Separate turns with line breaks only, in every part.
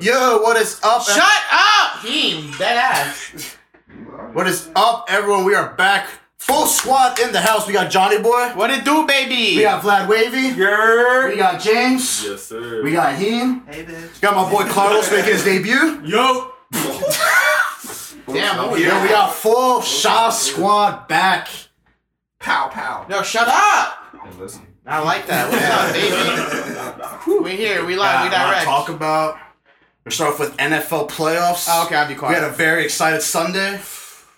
Yo, what is up?
Shut up! He ain't dead ass.
What is up, everyone? We are back. Full squad in the house. We got Johnny Boy.
What it do, baby?
We got Vlad Wavy. We
Yer.
got James.
Yes, sir.
We got Heen.
Hey, bitch.
Got my boy Carlos making his debut.
Yo.
Damn, over
Yo, we
here.
got full shot squad back.
Pow pow.
Yo, shut up!
And listen.
I like that. What's up, baby? we here. We live. We
Got a lot to
direct.
Talk about. We start off with NFL playoffs.
Oh, okay, I'll be
We
quiet.
had a very excited Sunday.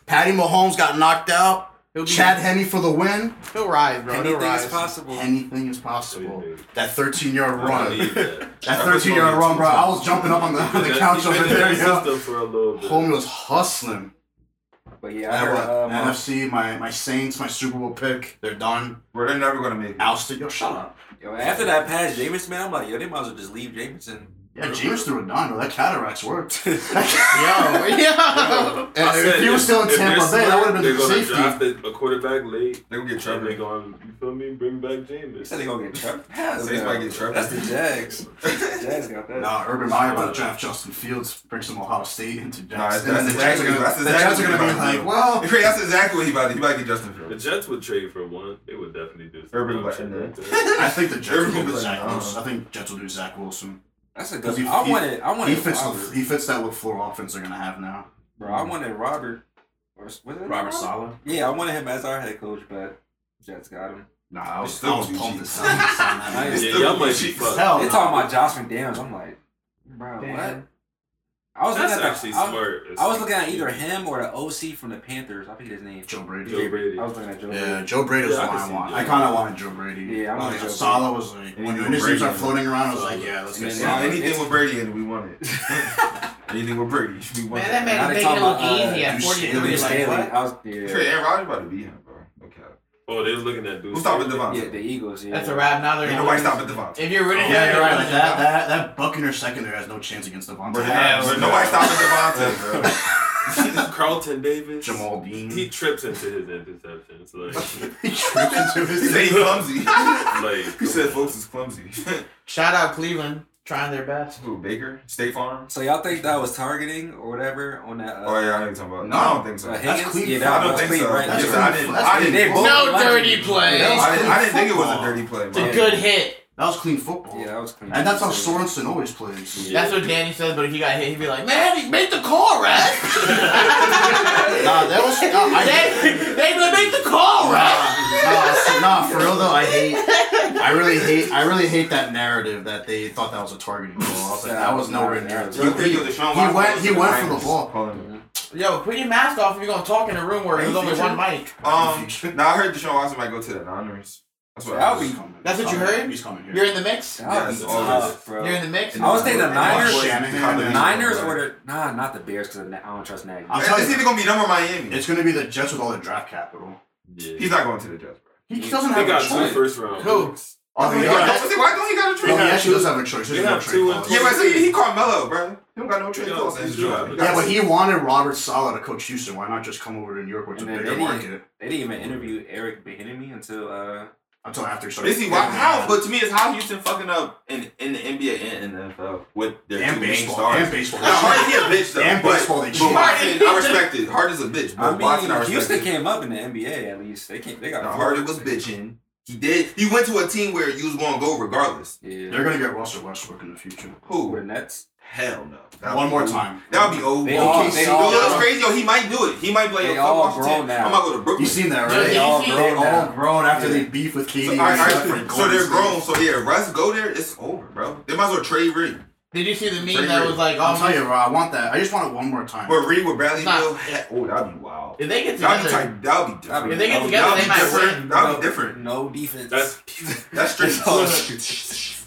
Patty Mahomes got knocked out.
He'll be-
Chad Henne for the win.
He'll rise, bro. He'll
Anything
rise.
is
possible.
Anything is possible.
Anything.
That 13 yard run. That
That
13 year old run, bro. I was jumping up on the, on the couch over there. Yo.
System for a little bit.
Homie was hustling.
But yeah, I
I
heard,
had
uh,
my NFC, my, my Saints, my Super Bowl pick. They're done.
we're they're never gonna make it.
Ousted. Yo, shut up.
Yo,
After that pass, Jameis, man, I'm like, yo, they might as well just leave Jameson.
Yeah, James threw it done, bro. That cataracts worked. and
Yo, yo.
if he was still in Tampa Bay, that would have been
They're gonna
safety.
draft a, a quarterback late.
They're gonna get
And they're
Trevor.
gonna, you feel me? Bring back
They said
Jameis.
they gonna get Trevor.
The Saints might get Trevor.
That's the Jags. Jags got that.
Nah, Urban Meyer about to draft Justin Fields, bring some Ohio State into
Nah,
Jackson.
that's
and then the Jags
exactly-
are gonna,
that's
the Jags
exactly
are gonna be
what I'm
like,
doing.
well,
That's exactly what he about to. He about to get Justin
The
Fields.
Jets would trade for one. They would definitely do some
Urban
dumb shit
Meyer.
like that.
I think the Jets will
Everyone
do
was
Zach
like,
Wilson.
uh-uh.
I think Jets will do Zach Wilson.
That's a
Because
good.
he-
I
he-
wanted. I
He
wanted
fits,
Robert.
he fits that with floor offense they're gonna have now.
Bro, I wanted Robert. Or was it
Robert Sala.
Yeah, I wanted him as our head coach, but Jets got him.
Nah, I was,
Still
I was
Gucci.
pumped to sign him, sign that.
Nice.
man.
Yeah, y'all might be fucked.
Hell
they
no.
talking about Josh McDaniels. I'm like, bro, what?
Oh, Damn.
I was
That's
looking at
actually
the, I-
smart.
I, was looking at either him or the OC from the Panthers. I think his name.
Joe Brady.
Joe Brady.
I was looking at Joe.
Yeah, Joe Brady was
Yeah, I
the one
can
I
see
wanted.
Joe
I kind of wanted Joe Brady.
Yeah, I wanted
like,
Joe
Sala was like,
And
when
you
when his
Brady.
names are floating around, I was like, yeah, let's
And
get
then-
Nah,
Sala.
anything with Brady in, it, we want it. anything with Brady, we want
Man,
it.
that man
Now they
is making it
talking
look
about, uh,
easy at
Deuce
43.
Staley.
Like,
Staley.
what?
I was
Trey
yeah.
Aaron Rodgers about to beat him, bro. Okay.
Oh, they was looking at dude.
Who's stopping Devon?
Yeah, the Eagles. Yeah.
That's a wrap. Now they're
Ain't
gonna
nobody
lose.
stopping Devontae.
If you're rooting,
Yeah, you're right. Like,
Like
that, that, that Buccaneer secondary has no chance against Devontae.
Bro,
Hell
bro,
no.
nobody stopping Devontae, bro.
Carlton Davis.
Jamal Dean.
He trips into his interceptions. Like,
He tripped into
He
his
said he's clumsy.
like
He said folks is clumsy.
Shout out Cleveland, trying their best.
Who Baker? State Farm?
So y'all think that was targeting or whatever on that? Uh,
Oh yeah, I know what you're talking about. No, I don't think so.
uh,
I
Higgins?
Cleveland.
Yeah,
I
that
don't
don't
was
think
clean,
so.
right?
That's
Yes,
there.
I
Cleveland.
didn't.
That's
I
Cleveland.
didn't.
They both-
No dirty play.
That was-
I didn't, I didn't think it was a dirty play.
It's a
man.
good hit.
That was clean football.
Yeah, that was clean.
And that's how Sorensen always plays.
Yeah.
That's what Danny says, but if he got hit, he'd be like, man, he made the call, right?
Nah, that was. Nah, I,
they, they would make the
Oh,
call, right?
nah, nah, for real though, I hate. I really hate. I really hate that narrative that they thought that was a targeting goal. I was like, that was nowhere near. it.
You think it was Deshaun
He
Watson
went-
or
he went for the
Niners?
ball.
Call him.
Yo, put your mask off if you're gonna talk in a room where
Are you
there's only one
featured?
mic.
Um, now I heard Deshaun Watson might go to the Niners. That's what I
That'll
was.
be-
That's what you
He's coming.
heard?
He's coming here.
You're in the mix?
That was
Yes,
tough,
always.
bro.
You're in the mix?
I was thinking the
And
Niners-
Shanahan.
The Niners or the nah, not the Bears because I don't trust Nagy.
I'm
It's
telling
either
you,
gonna be them or Miami.
it's going to be the Jets with all the draft capital.
yeah.
He's not going to the Jets.
He doesn't
They
have
got
a
two
choice.
first round.
Who?
picks.
Oh,
Why
he,
don't
got,
he got a
oh, he
trade?
Yeah.
actually does have a choice. There's
They
no
have
trade
two and
clause.
two.
Yeah, but see, he caught Melo, bro. He don't got no trade
Yeah,
clause in
he's
his draft.
good.
He got-
Yeah, but he wanted Robert Sala to coach Houston. Why not just come over to New York, which is a
And then
bigger
they didn't-
market,
They didn't even interview Eric Bieniemy until uh.
until after he started.
This is why, how, but to me, it's how Houston fucking up in, in the NBA and in the NFL with their
and
two main
baseball,
stars.
and baseball.
Now, Harden, he a bitch, though.
And
but,
baseball, they cheat.
But Watson, I respect it. Harden's a bitch, but
I
Watson, I
mean,
respect
Houston
it.
came up in the NBA at least. They came. They got.
Now,
four.
Harden was bitching. He did. He went to a team where you was going to go regardless.
Yeah.
They're gonna get Russell Westbrook in the future.
Who the
Who?
Nets?
Hell no. That'd
One
be
more
old.
time.
That'd be old.
They
Yo,
all-
OKC.
they
yo,
all-
that's crazy. Yo, he might do it. He might be like, yo,
They
fuck
all
Washington.
grown now.
I'm going to go to Brooklyn.
You seen that,
Yo,
right?
they all grown
They're all
now.
grown after
Yeah.
they beef with KD.
So, all right, all
except for
right. so
Golden
they're
State.
grown. So yeah, Russ go there. It's over, bro. They might as well trade Reed.
Did you see the meme
Pretty
that
great.
was like,
I'll
oh,
tell you, bro. I want that. I just want it one more time.
But Reed with Bradley
Nah.
Beal, heck, oh, that'd be wild.
if they get
That'd be
together,
tight. That'd be different.
if they get
Oh,
together,
that'd
they
be
might
different.
win.
That'd
No-
be different.
No defense.
That's
That's straight.
Oh,
clutch.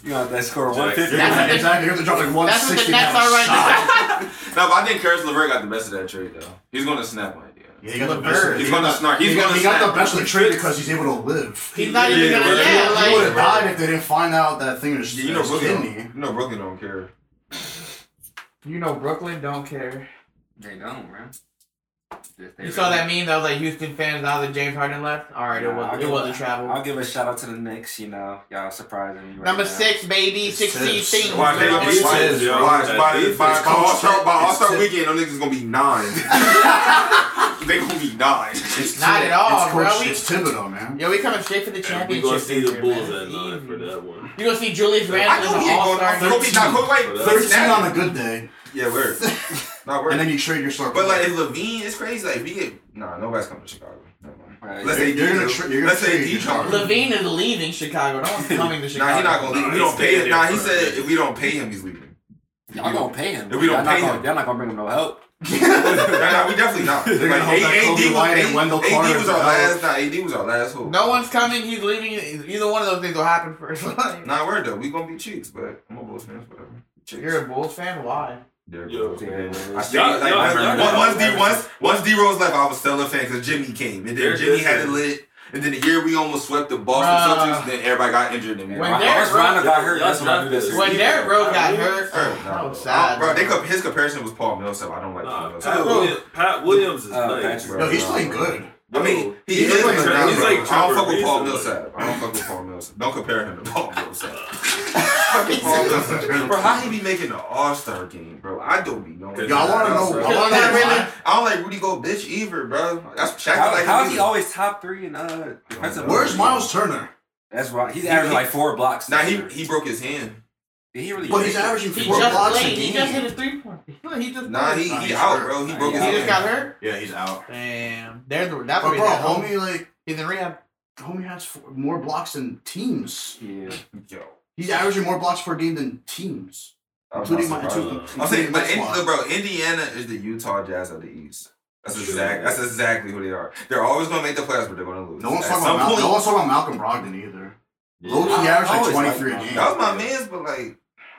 you know that score one
You're
fifty.
gonna-
That's what they-
exactly. You're gonna drop like one
That's what the
sixty.
Nets are right now.
No, but I think Karis LeVert got the best of that trade though. He's gonna snap on it. Yeah.
Yeah, he got the
LeVert.
best. of-
He's
he
gonna
got-
snark. He's
he got-
gonna
He got the
snap.
best of the trade because he's able to live.
He's not even
Yeah,
gonna,
we're-
yeah,
we're-
he would have
like,
died if they didn't find out that thing in his,
Yeah, you know
his
Brooklyn. Don't,
kidney.
you know Brooklyn don't care.
you know, Brooklyn don't care.
They don't, man.
You saw that meme that was like Houston fans now that James Harden left. All right, it
Nah,
was
I'll
it was a
give-
travel.
I'll give a shout out to the Knicks. You know, y'all surprising me. Right
Number
now.
six, baby,
It's
sixteen
tips.
things.
Why,
Watch,
they-
nigga,
It's
watch,
his, yo.
watch, by,
It's
by,
his.
by All-Star, by All-Star
It's his.
Weekend, them niggas gonna be nine. they gonna be nine.
It's
Not
Thib-
at all,
it's Coach-
bro. We-
It's Thibodeau, man.
Yo, we coming straight for the
And we
championship.
gonna see
this
the
year,
Bulls
man.
at nine for that one.
You gonna see Julius
I
Randle
know
as
he
an
ain't
all
going
star?
off. He gonna be not quick, like,
Thirteen
13
thirteen
on a good day,
Yeah, word. Not word.
and then you trade your star.
But like,
player.
if Levine is crazy, like, we get nah, nobody's coming to Chicago. Never mind.
Right.
Let's say
You're
D.
gonna
do.
tra- you're gonna
Let's say
trade
D.
your
John.
talent.
Levine is leaving Chicago. No one's coming to Chicago.
Nah, he not gonna
Nah,
leave. We
he's
don't pay
staying
him. Nah,
there
he
for-
said if we don't pay him, he's leaving.
Y'all gonna pay him.
If we don't
y'all
pay
not
him.
Gonna, y'all not gonna bring him no help.
nah, nah, we definitely not.
They're gonna hope that Kobe
AD,
White and
AD
Wendell Carter
was our
develop.
last. Nah, AD was our last hope.
No one's coming. He's leaving. Either one of those things will happen first. Like,
Nah, word though. We gonna be cheeks, but I'm a Bulls fan, whatever. Cheeks.
You're a Bulls fan. Why?
Derrick
Yo.
Rose, man. I
Yeah,
stayed
yeah,
like
yeah,
once-
yeah, yeah.
once- once D once once D Rose left, I was still a fan because Jimmy came and then
Derrick
Jimmy had it
Rose.
lit. And then the year we almost swept the Boston
Bruh.
Celtics, then everybody got injured. And we
When
lost.
Derrick
Unless Rondo got hurt,
Y'all
that's when I knew this.
drafted
When
Yeah.
Derrick Rose got hurt,
Sure,
oh,
nah,
that
bro.
was sad.
bro, they co- his comparison was Paul Millsap. I don't like Paul
Nah,
Millsap.
Pat, Williams, Pat Williams is
Uh,
nice.
Patrick.
bro.
Yo, he's playing good.
I mean, he
He's
is
like
but
Tre-
nah,
he's
bro.
like
I don't
Trevor
fuck with Paul
Reason,
Millsap. I don't fuck with Paul Millsap. Don't compare him to Paul Millsap. Fuck with Paul Millsap. Bro, how he be making the All Star game, bro? I don't be knowing.
Y'all
wanna know-
Bro,
y'all wanna
I don't
know
like-
why?
I don't like Rudy Go bitch either, bro. That's Shaq.
How,
like
how
him
is he
either.
always top three in uh, defensive?
Where's
rating?
Miles Turner?
That's why he's
He-
averaging
he-
like four blocks.
Nah, he
Did
he broke his hand.
he really?
But he's averaging
He
four
just
blocks a
played. He just hit
game.
his three point. He just.
Nah, he
Nah,
he
he's
out,
hurt.
bro. He
Nah,
broke
He
his
he's
hand.
just got hurt.
Yeah, he's out.
Damn. There's the. That's
But
what
bro,
he's at home.
homie, like
He's in rehab.
homie has four, more blocks than teams.
Yeah.
Yo.
He's averaging more blocks per game than teams,
I'm not
including my.
surprised.
including-
I'm
I'm saying,
including
but
my
Indi-
squad.
look, bro, Indiana is the Utah Jazz of the East. That's
Sure.
exact. That's exactly who they are. They're always going to make the playoffs, but they're going to lose.
No one's
At
talking
some
about Mal-
point-
no one's talking about Malcolm Brogdon either.
Yeah.
Low key
I- I
average like
always
twenty
liked
three a
him.
game.
That was my man's, but like,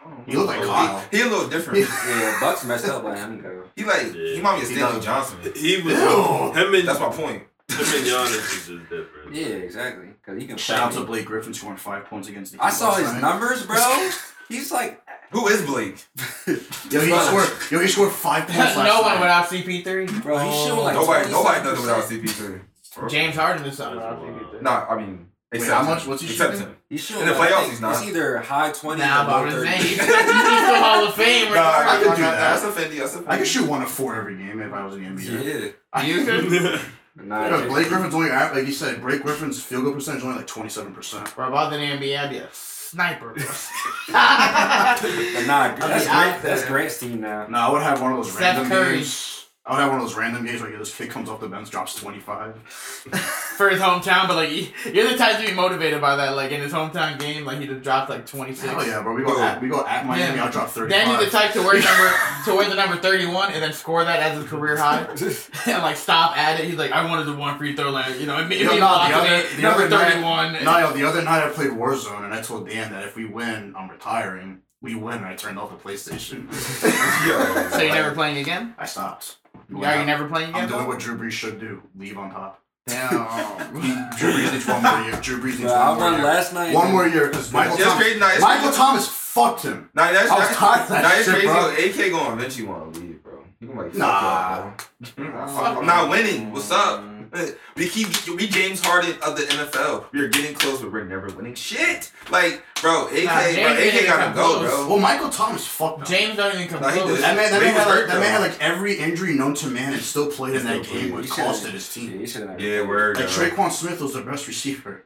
I don't
He look like
know.
Kyle.
He, he a little different.
Yeah, Bucks messed up by him go.
he like he
Yeah.
might be a
He
Stanley
does.
Johnson.
He was
Ew.
him and
That's my point.
him and Giannis is just different.
Yeah, exactly. Cause he can.
Shout out
play.
to Blake Griffin scoring five points against the.
I
Heat
saw
last
his
night.
numbers, bro. He's like,
Who is Blake?
Yo, he
Bro.
scored. Yo, he scored five points.
no
last
one
night.
without CP3.
Bro, he's shooting like-
Nobody, nobody does it without CP3. Bro.
James Harden is something
That's
without CP3.
wild.
Nah, I mean,
Wait,
except
how much? What's he
except
shooting?
him.
he's shooting.
In the
like, I
playoffs,
think
he's not.
It's either high twenties
Nah,
or
but
low
I'm just saying,
thirties.
he's he's still Hall of Fame.
Nah, I
I
can do
got
that.
that.
That's offending. That's offending.
I could shoot one of four every game if I was in the NBA.
Yeah.
You could-
Nah,
Yeah, Blake Griffin's only aver- like you said. Blake Griffin's field goal percentage is only like twenty seven percent.
Bro, if I was in the NBA, I'd be a sniper. bro.
But nah,
be
that's
out
great. That's
there.
Grant's team now.
No, I would have one of those
Steph
random
Curry.
games. I would have one of those random games where this kid comes off the bench, drops twenty five.
For his hometown, but like he- you're the type to be motivated by that. Like in his hometown game, like he just dropped like 26.
Hell yeah, bro. We go
Bro.
at we go at Miami.
Yeah.
I'll drop thirty
Then you're the
five.
type to wear number to wear the number 31 and then score that as his career high and like stop at it. He's like, I wanted the one free throw line, you know. It made
Yo,
me
nah,
block
the other-
it,
the
number
other night-
31. and-
No, yo, the other night I played Warzone and I told Dan that if we win, I'm retiring. We win, and I turned off the PlayStation.
Yo.
so you're never playing again?
I stopped.
Yeah, you're never playing again.
I'm doing
though?
what Drew Brees should do: leave on top.
Damn.
Drew Brees needs one more year. Drew Brees needs
Bro, I
one more
won
year.
last night.
One more year because Michael,
That's
Thomas,
crazy. Nah, it's
Michael Thomas fucked him.
Nah, that's
I was
that's,
tired of that
nah, it's
shit,
crazy.
bro.
though. AK gonna eventually want to leave, bro. He gonna like, fuck
Nah.
y'all, bro. Nah, fuck, I'm not winning. What's up? We keep we James Harden of the NFL. We are getting close, but we're never winning shit. Like, bro, AK,
Nah, James
bro, AK
didn't
gotta
come
go,
close.
bro.
Well, Michael Thomas fucked him.
James don't even come
Nah, he
close.
does.
that man, that, man
He was
had, like,
hurt,
that
though.
man had like every injury known to man and still played in
He
that
still
game,
played.
which
He should've-
costed his
Yeah,
team.
he should have.
Yeah, word.
Like
dog.
Traquan Smith was the best receiver.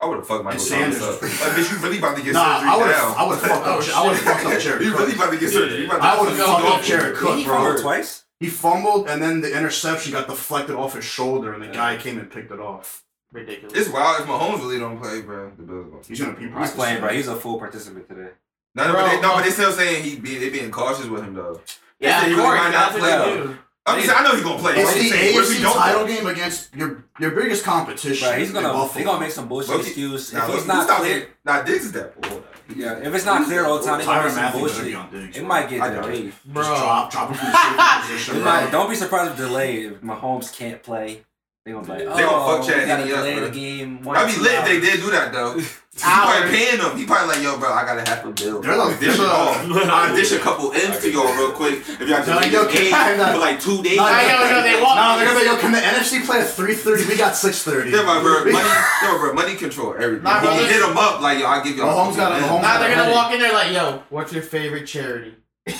I would have fucked Michael
And
Thomas
Sanders.
up. Like, bitch, you really about to get
Nah,
surgery
I would
now?
have, I would have fucked
Oh,
up. I would have fucked up Jared
you
Cook.
really about to get surgery? You about to-
I would have
No,
fucked
no.
up Jared Cook,
He
bro.
fumbled.
twice.
He fumbled, and then the interception got deflected off his shoulder, and the guy came and picked it off.
Ridiculous.
It's wild if Mahomes really don't play, bro. The Bills gonna.
He's gonna be
He's playing, bro. He's a full participant today.
No, no, but they,
Bro,
no, but they still saying he be, they being cautious with him though. They
yeah,
say
of
he really
course.
might not
That's
play,
what
though.
you do.
I'm just saying, I know he's gonna play.
It's
I'm just saying,
the
what if he
AFC
don't
title
play?
game against your your biggest competition.
Bro, he's
in
gonna
Buffalo.
they gonna make some bullshit
Loki-
excuse.
Nah,
If
look,
it's
who's
not
not
clear,
Nah, Diggs is that boy.
yeah, if it's not clear all the time, they gonna make
Tyron
some
Matthew better be
bullshit.
on Diggs.
It
bro.
might get
I doubt
delayed.
Just
Bro.
drop, drop him from the safety position.
It
bro.
might- Don't be surprised if delayed if Mahomes can't play. They gonna be like, oh,
They gonna fuck Chad
we gotta
Henne up,
delay
bro.
the game. one or
I'd be
two
lit if
hours.
they did do that though. He probably
Hours.
paying them. He probably like, yo, bro, I gotta half a bill.
There's a-
I'll dish
there's a-
y'all. I'll dish a couple M's to y'all real quick. If y'all
They're
just
like,
leave your
yo,
game
can-
for like two days.
No,
I know, no, they want.
No, they're gonna be like, yo, can the NFC play at 3.30? We got 6.30.
Yeah, my bro, money, yo, bro, money control everything.
Nah,
He
bro,
hit him up like, yo, I'll give y'all.
Mahomes
a
got
couple
a
M's.
Mahomes
Nah, they're gonna
Right.
walk in there like, yo, what's your favorite charity?
Or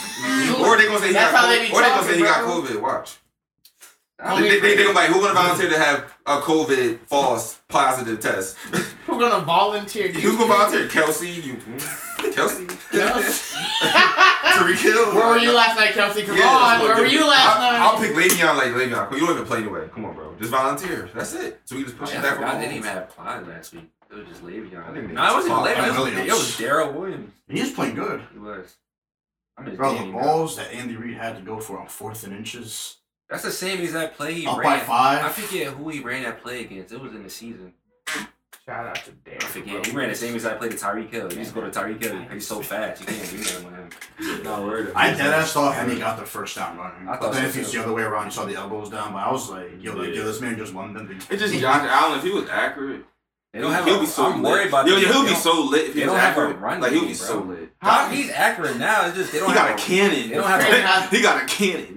they gonna say he
That's
got
how they
COVID.
be
Or they gonna say he got
talking,
COVID. Watch.
Homie,
They, they, they, gonna be like, who gonna volunteer to have a COVID false positive test?
Who's gonna volunteer?
Who's gonna volunteer? Kelsey, you, Kelsey, Tariq Hill.
Where were you last night, Kelsey? Come
Yeah,
on,
that's what
where
I'm
were
doing.
you last
I,
night?
I'll pick Le'Veon like Le'Veon. You don't even play anyway. Come on, bro. Just volunteer. That's it. So we just
Oh,
push
yeah,
it
I
back
forgot
from
they didn't even
Mahomes.
have Clyde last week. It was just
I think
Le'Veon.
they
No, it wasn't even Le'Veon. It
fucked
was-
Williams.
It was Daryl Williams.
He's playing good.
He was. I mean,
Bro, the
Danny,
balls that Andy Reid had to go for on fourth and inches,
That's the same exact play he
up by
ran. I
five.
forget who he ran that play against. It was in the season.
Shout out to Dan.
I forget. He ran the same exact play to Tyreek Hill. You just go to Tyreek Hill. He's so fast. You can't do that with him. Not worried.
I dead ass thought Henny got the first down running.
I
I
thought
but then
so,
if he's
too.
the other way around, you saw the elbows down. But I was like, yo, like, yo, this man just won them.
It's just Josh Allen. If he was accurate,
They don't have
he'll
a,
be so
I'm
lit.
worried about
Yo,
them.
he'll
They
be
don't-
so lit if
they
he was
don't have a
accurate.
run
Like he'll be
game,
so
bro.
lit.
How he's accurate now? It's just they don't
He
have
got a cannon.
They don't have
Frank
a
Howard-
He got a cannon.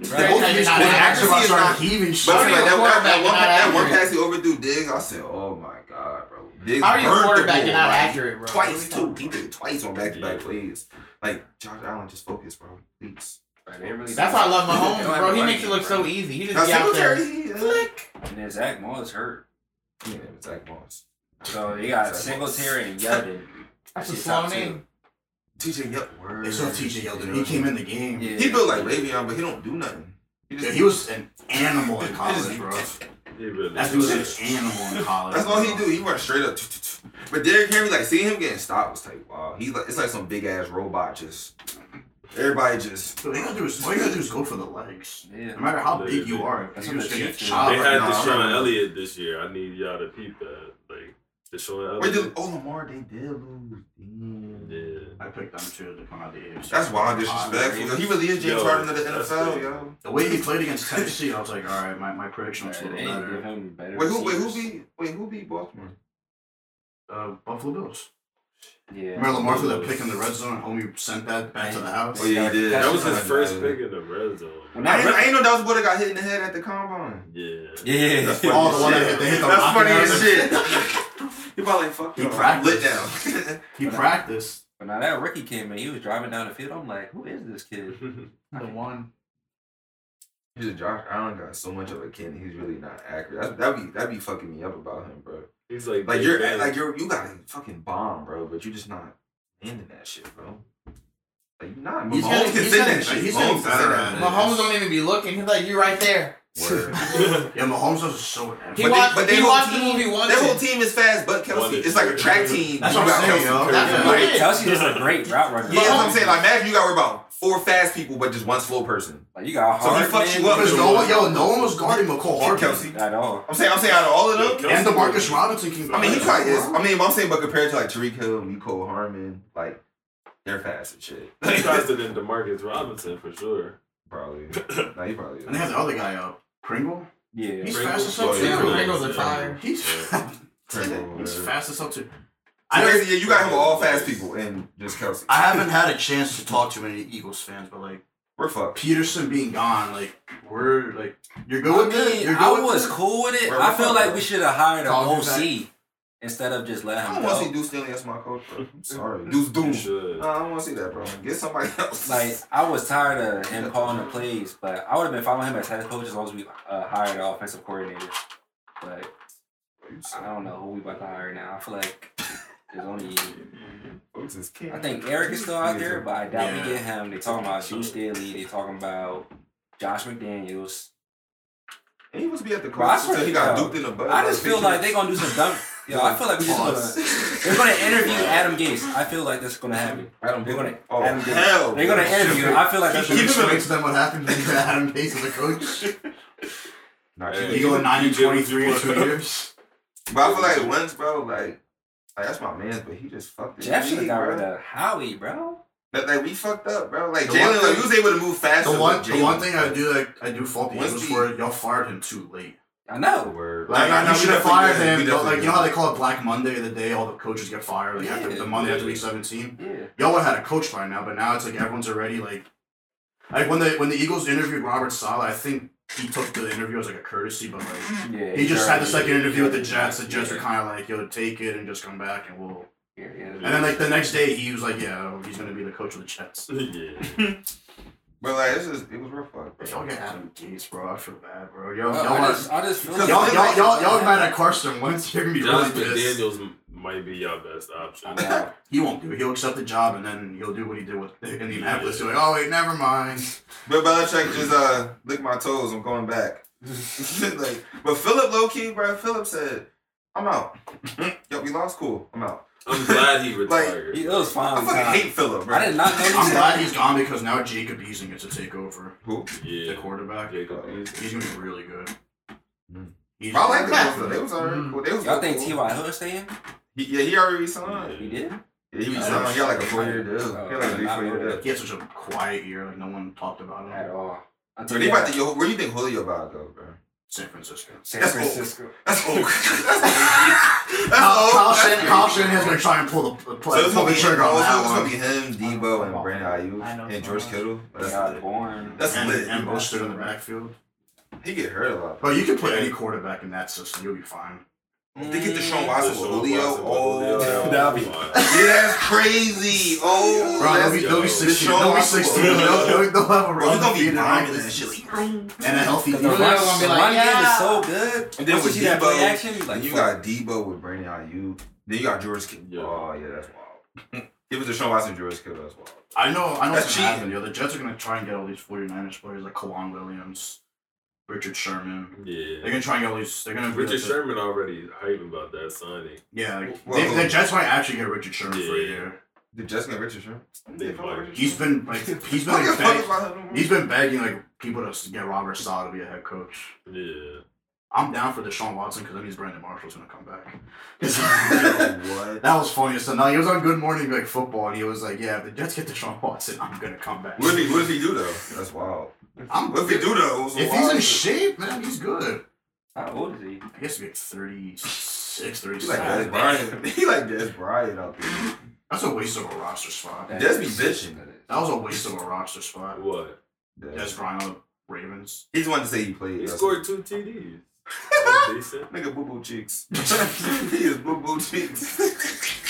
Right.
Both of
Franchise
these
is not
when
accurate.
Axelrod
It's not-
started heaving shit.
But I mean, like, that, that, that,
Quarterback,
one,
not
that one
accurate.
pass he overdrew Diggs, I said, oh my God, bro. Diggs
How are you
burnt
a
the
quarterback
ball,
and not
like,
accurate, bro?
Twice,
What are we
too. He
talking
did it twice on back to back plays. Like, Josh Allen, just focus, bro. Please.
about? That's why I love Mahomes, bro. He makes it look so
easy.
easy. He
Now,
just be out there.
Singletary, he- flick.
And then Zach Moss hurt.
Yeah, it's like Moss.
So you got Singletary and Yeldon.
That's a
He's
slow
top two.
name.
TJ Yeldon.
They saw TJ Yeldon. He came in the game.
Yeah.
He built like Le'Veon, but he don't do nothing.
Yeah, he was an animal in college, bro.
He really
That dude was an animal in college.
That's all he
bro.
do. He went straight up. But Derrick Henry, like seeing him getting stopped was like, wow. He like it's like some big ass robot just. Everybody just.
So All you gotta do is all you gotta do is go for the legs.
Yeah.
No matter how big you are,
That's
you're
what
just
the
gonna get
Chiefs do.
chopped.
They had
Nah,
Deshaun
I'm-
Elliott this year. I need y'all to peep that. Like Deshaun
Wait,
Elliott.
dude. Oh, Lamar, they did lose. Damn.
Yeah.
I picked them too to come out the AFC.
That's wild, disrespectful. Yo, He really is James
Yo,
Harden of the
that's
NFL,
it.
yo.
The way he played against Tennessee, I was like, all right, my, my prediction looks a
They
little
ain't
better.
give him better.
Wait, who? Wait, who
receivers.
be? Wait, who be Baltimore?
Uh, Buffalo Bills.
Yeah.
Remember Lamar threw that pick in the red zone, homie sent that back to the house.
Oh, yeah, he did.
That was
That's
his first
not bad.
pick in the red zone.
When
I didn't, I didn't know that was what got hit in the head at the combine.
Yeah.
Yeah.
That's
funny. Oh, the one
as
that hit- they hit the
That's
rocket
funny
out
as
of
shit. he probably like, fuck
He
you. I'm Lit
practiced.
down.
He practiced.
But now that rookie came in, he was driving down the field. I'm like, who is this kid?
The one.
He's a Josh Allen got so much of a kid. He's really not accurate. That's, that'd be that'd be fucking me up about him, bro.
He's like,
Like
Big
you're
Ben.
like you're you got a fucking bomb, bro. But you're just not into that shit, bro. Like you're not.
He's
Mahomes
getting-
can
he's
send that
getting-
shit.
he's
Mahomes
getting
can send
better
that
at it.
Mahomes don't even be looking. He's like, you right there.
Word.
Yeah, Mahomes was so
He
But
average.
they-
watched,
but they
he
whole
watched the
team-
movie once.
Their whole team is fast, but Kelsey.
Wanted
It's like a
to-
track team.
That's
You
what I'm
got
saying,
Kelsey
yo.
Curry.
That's
Like,
what it is.
Kelsey just a great route runner.
Yeah, that's what I'm
Mahomes-
saying. Like, imagine you got about four fast people, but just one slow person.
Like, you got a
So he
hard
fucks
man.
you up.
Because no one, yo, no one was guarding McCole Hardman.
Kelsey.
At all.
I'm saying, I'm saying, out of all of them,
And DeMarcus Robinson can
I mean, he probably is. I mean, but I'm saying, but compared to like Tariq Hill, Nicole Harmon, like they're fast and shit.
He's faster than Demarcus Robinson for sure.
probably. No, he probably.
And they have
Is.
the other guy up. Pringle?
Yeah.
He's
Pringle.
fast as hell
Yeah,
too.
Pringle's a tire.
He's
Pringle,
he's
man.
fast as hell too.
So
I don't-
basically, yeah, you got him with all fast people and just Kelsey.
I haven't had a chance to talk to many Eagles fans, but like
We're fucked.
Peterson being gone, like we're like you're good
I
with it.
mean,
You're good
I
with
was
it?
cool with it.
Bro,
I
we're
feel
fucked,
like
bro.
we should have hired an
Call me back.
OC instead of just let
I
him
don't want to see
go.
Deuce Stanley as my coach, bro. I'm sorry. Deuce Deuce.
should.
No,
Uh,
I don't want to see that, bro. Get somebody else.
Like I was tired of him calling the plays, but I would have been fine with him as head coach as long as we uh, hired an offensive coordinator. But I don't know who we about to hire now. I feel like there's only
Folks is king.
I think Eric is still out there, but I doubt
Yeah.
we get him. They talking about Hugh Staley. They talking about Josh McDaniels.
And he must be at the
Bro, I
court
swear
until he
to
got
God.
duped in the butt.
I just feel like they're gonna do some dumb. Yo, I feel like we just gonna they're gonna interview Adam Gase. I feel like that's gonna happen.
Adam
They're gonna
Oh,
Adam Gase.
hell.
They're gonna interview. him. I feel like that's
He
gonna
Keep him
explains to them what happened when you had Adam Pace as a coach.
Nah,
Hey.
You
keep-
go 9 and
You give
23 in
us
two
one.
years.
But I feel like once, bro, like, like that's my man, but he just fucked it.
Jeff should have got
bro.
rid of Howie, bro.
That, like we fucked up, bro. Like
The one
Jalen, like
thing-
we was able to move faster.
The one,
with
the one
Jalen.
thing I do, like, I do fault the
Once
Eagles
he-
for, y'all fired him too late.
I know.
Where
Like,
No, no,
you
no, we
should have
definitely
fired
did. We
him, but like,
definitely
you know how
did.
they call it Black Monday, the day all the coaches get fired, like after the
Yeah.
Monday after week 17?
Yeah.
Y'all would have had a coach by now, but now it's like everyone's already like, like when the when the Eagles interviewed Robert Sala, I think he took the interview as like a courtesy, but like
Yeah.
he just had the second
yeah,
interview with the
yeah,
Jets. The Jets
yeah,
were kind of like, "Yo, take it and just come back, and we'll."
yeah,
And then like the next day, he was like, "Yeah, he's gonna be the coach of the Jets."
yeah.
But like, it's just, it was real fun.
If y'all get Adam Gates, bro, I feel bad, bro. Y'all,
Oh,
y'all,
I
are-
just, I just feel
y'all, y'all, y'all, y'all, are mad at Carson Wentz. You're gonna be really
Josh
pissed.
McDaniels m- might be your best option.
I know.
He won't do it. He'll accept the job and then he'll do what he did with in Indianapolis. He'll be like, oh wait, never mind.
Bill Belichick just uh licked my toes. I'm going back. like, but Philip, low key, bro. Philip said, "I'm out. Yo, we lost. Cool. I'm out."
I'm glad he retired.
He- it was fine.
I fucking
time.
hate Philip, bro.
Oh, I did not know he
I'm
said-
glad he's gone because now Jacob Eason gets to take over
Who?
the
yeah.
quarterback.
Jacob Eason.
He's gonna be really good.
Mm.
He's
Bro, I like mm-hmm.
really
the
good.
Bills, though. They was already
Mm.
cool. They was
Y'all think
cool.
T.Y. Hill stay in?
He, yeah, he already signed.
He did?
Yeah, he
Yeah.
signed. He got like a four year deal. He
Oh,
got like a three
not
four year
really.
deal.
He had such a quiet year, like no one talked about
At
him.
all. Until
So they about to, yo, where do you think Julio about though, bro?
San Francisco.
San
That's cool.
Francisco.
That's old. That's
Kyle,
old.
Kyle,
That's
Shan-
old.
Kyle Shanahan's gonna try and pull the pull,
So it's
pull
gonna
the
be
trigger
him.
on
Also,
that
it's gonna be
one.
him, Debo, and Brandon
I know
Ayuk, and George
someone.
Kittle.
God,
That's lit.
born.
That's
And,
lit.
and Mostert in the backfield.
He get hurt a lot.
Bro, you can put
Yeah.
any quarterback in that system. You'll be fine.
If They get Deshaun Watson with Julio. Oh,
Julio. That'd be-
be.
yeah, that's crazy. Oh,
Bro, they'll
that's
be, they'll be
go.
16.
Deshaun
They'll be
Watson.
16. They'll, they'll, they'll have a
Bro,
run.
he's gonna be
in the
bombing and
rankings.
shit. Like,
and a healthy
'Cause the
Julio
run,
gonna be
the
like,
run game
yeah.
is so good.
And then
Once you
with
see that play
Debo,
action, you like,
you
fuck.
got Debo with Brandon Ayuk. Then you got George Kittle.
Yeah.
Oh yeah, that's wild. it was Deshaun Watson, George Kittle. That's wild.
I know, I know
That's
what's
cheating.
gonna happen. Yo, the Jets are gonna try and get all these 49ers players like Kawan Williams, Richard Sherman. They're
Yeah.
gonna try and get all these. They're gonna be
Richard
like the-
Sherman already hype about that signing.
Yeah, like,
Well-
they, the Jets might actually get Richard Sherman for a
Yeah.
year.
Did Justin Richardson?
They might.
He's been like, he's been
I
like,
give a fuck
beg-
about him no more.
he's been begging like people to s- get Robert Sala to be a head coach.
Yeah.
I'm down for Deshaun Watson because that means Brandon Marshall's gonna come back. 'Cause-
what?
that was funny. So now he was on Good Morning like football, and he was like, "Yeah, if the Jets get Deshaun Watson, I'm gonna come back."
What if he, what if he do though? That's wild.
I'm,
What if he do though? It was a
If he's in
wild-
shape, man, he's good.
How old is he?
I guess he'd be like 36,
He like
37.
Des Bryant. He like Des Bryant out there.
That's a waste of a roster spot. That
That
That's me
is-
bitching.
that is-
was a waste of a roster spot.
What?
Des Bryant on the Ravens.
He just wanted to say he played.
He
that's
scored two TDs. That's decent.
all. Nigga boo boo cheeks. he is boo boo cheeks.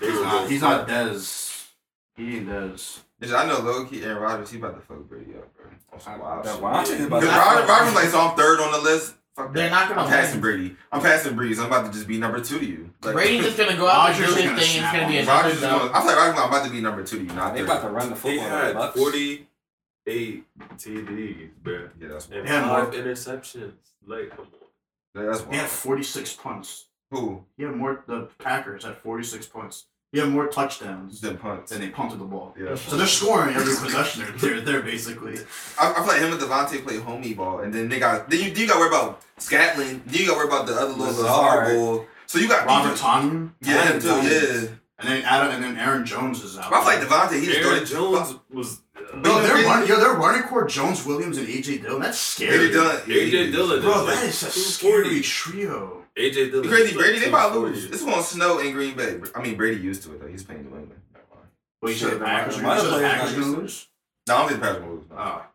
They were both-
he's not Dez. He ain't Dez.
Bitch, I know low key Aaron Rodgers, he about to fuck Brady up, bro. On some wild
That
shit.
Vontae is about
Because
to-
Rodgers, Rodgers like, so I'm third on the list. Fuck
They're
that.
not gonna
I'm
win.
passing Brady. I'm passing Breeze. I'm about to just be number two to you. Like,
Brady's just gonna go out and do
Rodgers is
his thing.
gonna
It's
snap
gonna be
on
another
Rodgers is
dub.
going. I feel like Rodgers I'm about to be number two to you, not
They
third.
about to run the football.
He
on the
had
Bucks.
48 TDs, bruh.
Yeah, that's
And
wild.
Yeah,
five interceptions. Like, come on.
That's wild.
He had 46 punts.
Who?
He had more. The Packers had 46 punts. He had more touchdowns
Then punts.
than they punted the ball.
Yeah.
So they're scoring every possession. They're- They're there basically.
I, I feel like him and Devontae play homie ball, and then they got then you, then you got to worry about Scatling. Then you got to worry about the other little
Lazard.
Lazard ball. So you got
Robert Tonyan.
Yeah, him too. Yeah.
And then Adam, and then Aaron Jones is out.
But I feel like Devontae. He just
Aaron
started
Jones was. Uh,
Bro,
Bro,
they're
they-
running, yo, they're running core Jones, Williams, and AJ Dillon. That's scary.
AJ Dillon.
AJ Dillon.
Bro,
like
that is a
240.
scary trio.
AJ Dillon.
You crazy
is
Brady, they about to
240.
lose. It's gonna snow in Green Bay. I mean, Brady used to it though. He's playing New England.
Wait, you
Shit,
said the
the
Packers are
Might
gonna-
as
you said the
well
Packers
not
gonna
use
lose?
No, I don't think the Packers will lose. No.
Ah,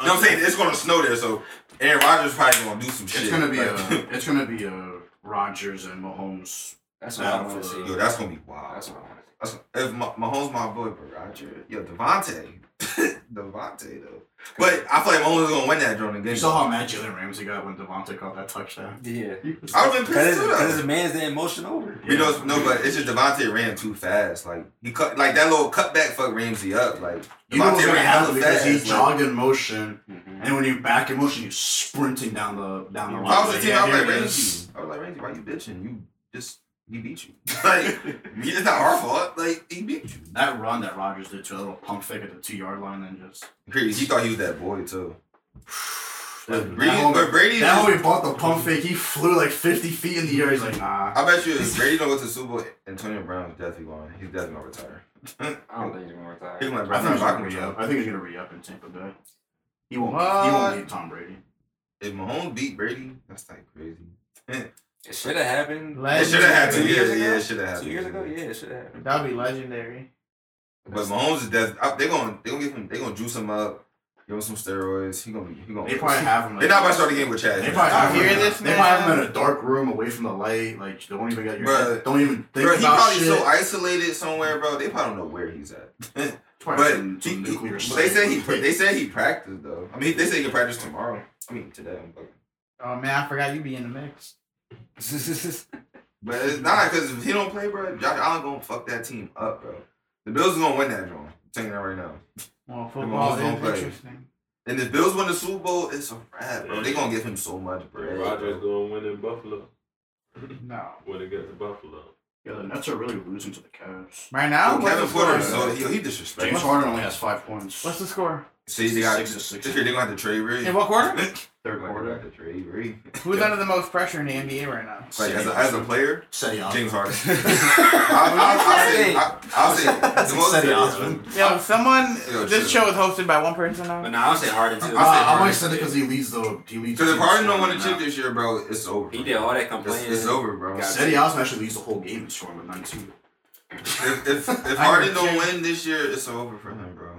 You know what I'm saying? It's gonna snow there, so Aaron Rodgers probably gonna do some shit.
it's gonna be uh,
Like,
a, it's gonna be a Rodgers and Mahomes.
That's what I want to
yo,
see.
that's gonna be wild.
That's what I want to see.
That's, if Ma- Mahomes my boy, but Rodgers, yo, Devontae, Devontae though. But I feel like Mahomes is gonna win that during the
You
game.
saw how mad Jalen Ramsey got when Devontae caught that touchdown.
Yeah.
I would've been
Because
pissed too
his,
though.
man's the emotion over.
You know, it's- no, but it's just Devontae ran too fast. Like he cut, like that little cutback fucked Ramsey up. Like
You know what's gonna happen
hella
because he
fast, like-
jogged in motion,
Mm-hmm.
and when you're back in motion, you're sprinting down the down the
If
line.
I was a
Like,
team,
yeah,
I was
here
like,
it
Ramsey.
is.
I was like, Ramsey, why you bitching? You just, he beat you. Like, it's not our fault. Like, he beat you.
That run that Rodgers did to a little pump fake at the two yard line, and just
Crazy. He thought he was that boy, too. But
That
Brady,
homie-
but Brady
That
just-
homie bought the pump fake. He flew like 50 feet in the air. He's like, nah.
I bet you if Brady don't go to the Super Bowl, Antonio Brown's definitely going. He's definitely going to retire.
I don't think he's gonna retire.
He's going to
I think he's
retire.
gonna re up. I think he's gonna re up in Tampa Bay. He won't. He
What?
won't leave Tom Brady.
If Mahone beat Brady, that's like crazy.
It should have happened.
Like-
it should have happened.
Two
Yeah,
years
yeah,
ago?
it should have happened.
Two years ago, yeah, it should have happened.
That'd be legendary.
But Mahomes is that they're gonna they gonna give him they gonna juice him up, give him some steroids. He gonna he gonna.
They probably have him. Like,
They're not about to start the game with Chad.
They probably have
You hear
him.
this,
they probably have him
man?
in a dark room away from the light. Like don't even get your.
Bruh.
don't even think
Bro, he
about
probably
shit.
so isolated somewhere, bro. They probably don't know where he's at.
Probably
but
some-
he,
some
he-
nuclear
but
site.
they said he pra- they said he practiced though. I mean, they say he can practice tomorrow. I mean today. But,
Oh man, I forgot you be in the mix.
but it's not because if he don't play, bro, Josh Allen gonna fuck that team up, bro. The Bills is gonna win that joint. I'm telling you that right now.
Well, football
Mahomes
is
don't play.
interesting.
And if Bills win the Super Bowl, it's a wrap, bro. They gonna give him so much bread.
Rogers
bro.
going to win in Buffalo.
No.
When it gets to Buffalo.
Yeah, the Nets are really losing to the Cavs.
Right now,
Yo,
what's
Kevin
the
Porter,
score?
so yo, he
James
disrespectful.
Harden only has five points.
What's the score?
See, they got
six to six
this year. They gonna have to trade Ray.
In what quarter?
third
Quarter
quarter?
to trade Ray.
Who's under the most pressure in the NBA right now?
Like as a, as a player,
City
James Harden.
Hey.
I- I- I'll say, I- I'll say, the most-
City Osman.
Yo, someone.
Yo,
this
chill.
show is hosted by one person
But
now.
nah, I'll say Harden too.
Uh, I
Harden.
only said it because he leads the he leads.
Because if
the
Harden
team
don't win
in
the
scoring
chip this year, bro, it's over.
He did all that
It's,
complaining.
it's over, bro.
right
Got
now. Cedi Osman actually leads the whole game in scoring with 19.
If if, if
I
Harden
agree.
don't win this year, it's over for him, bro.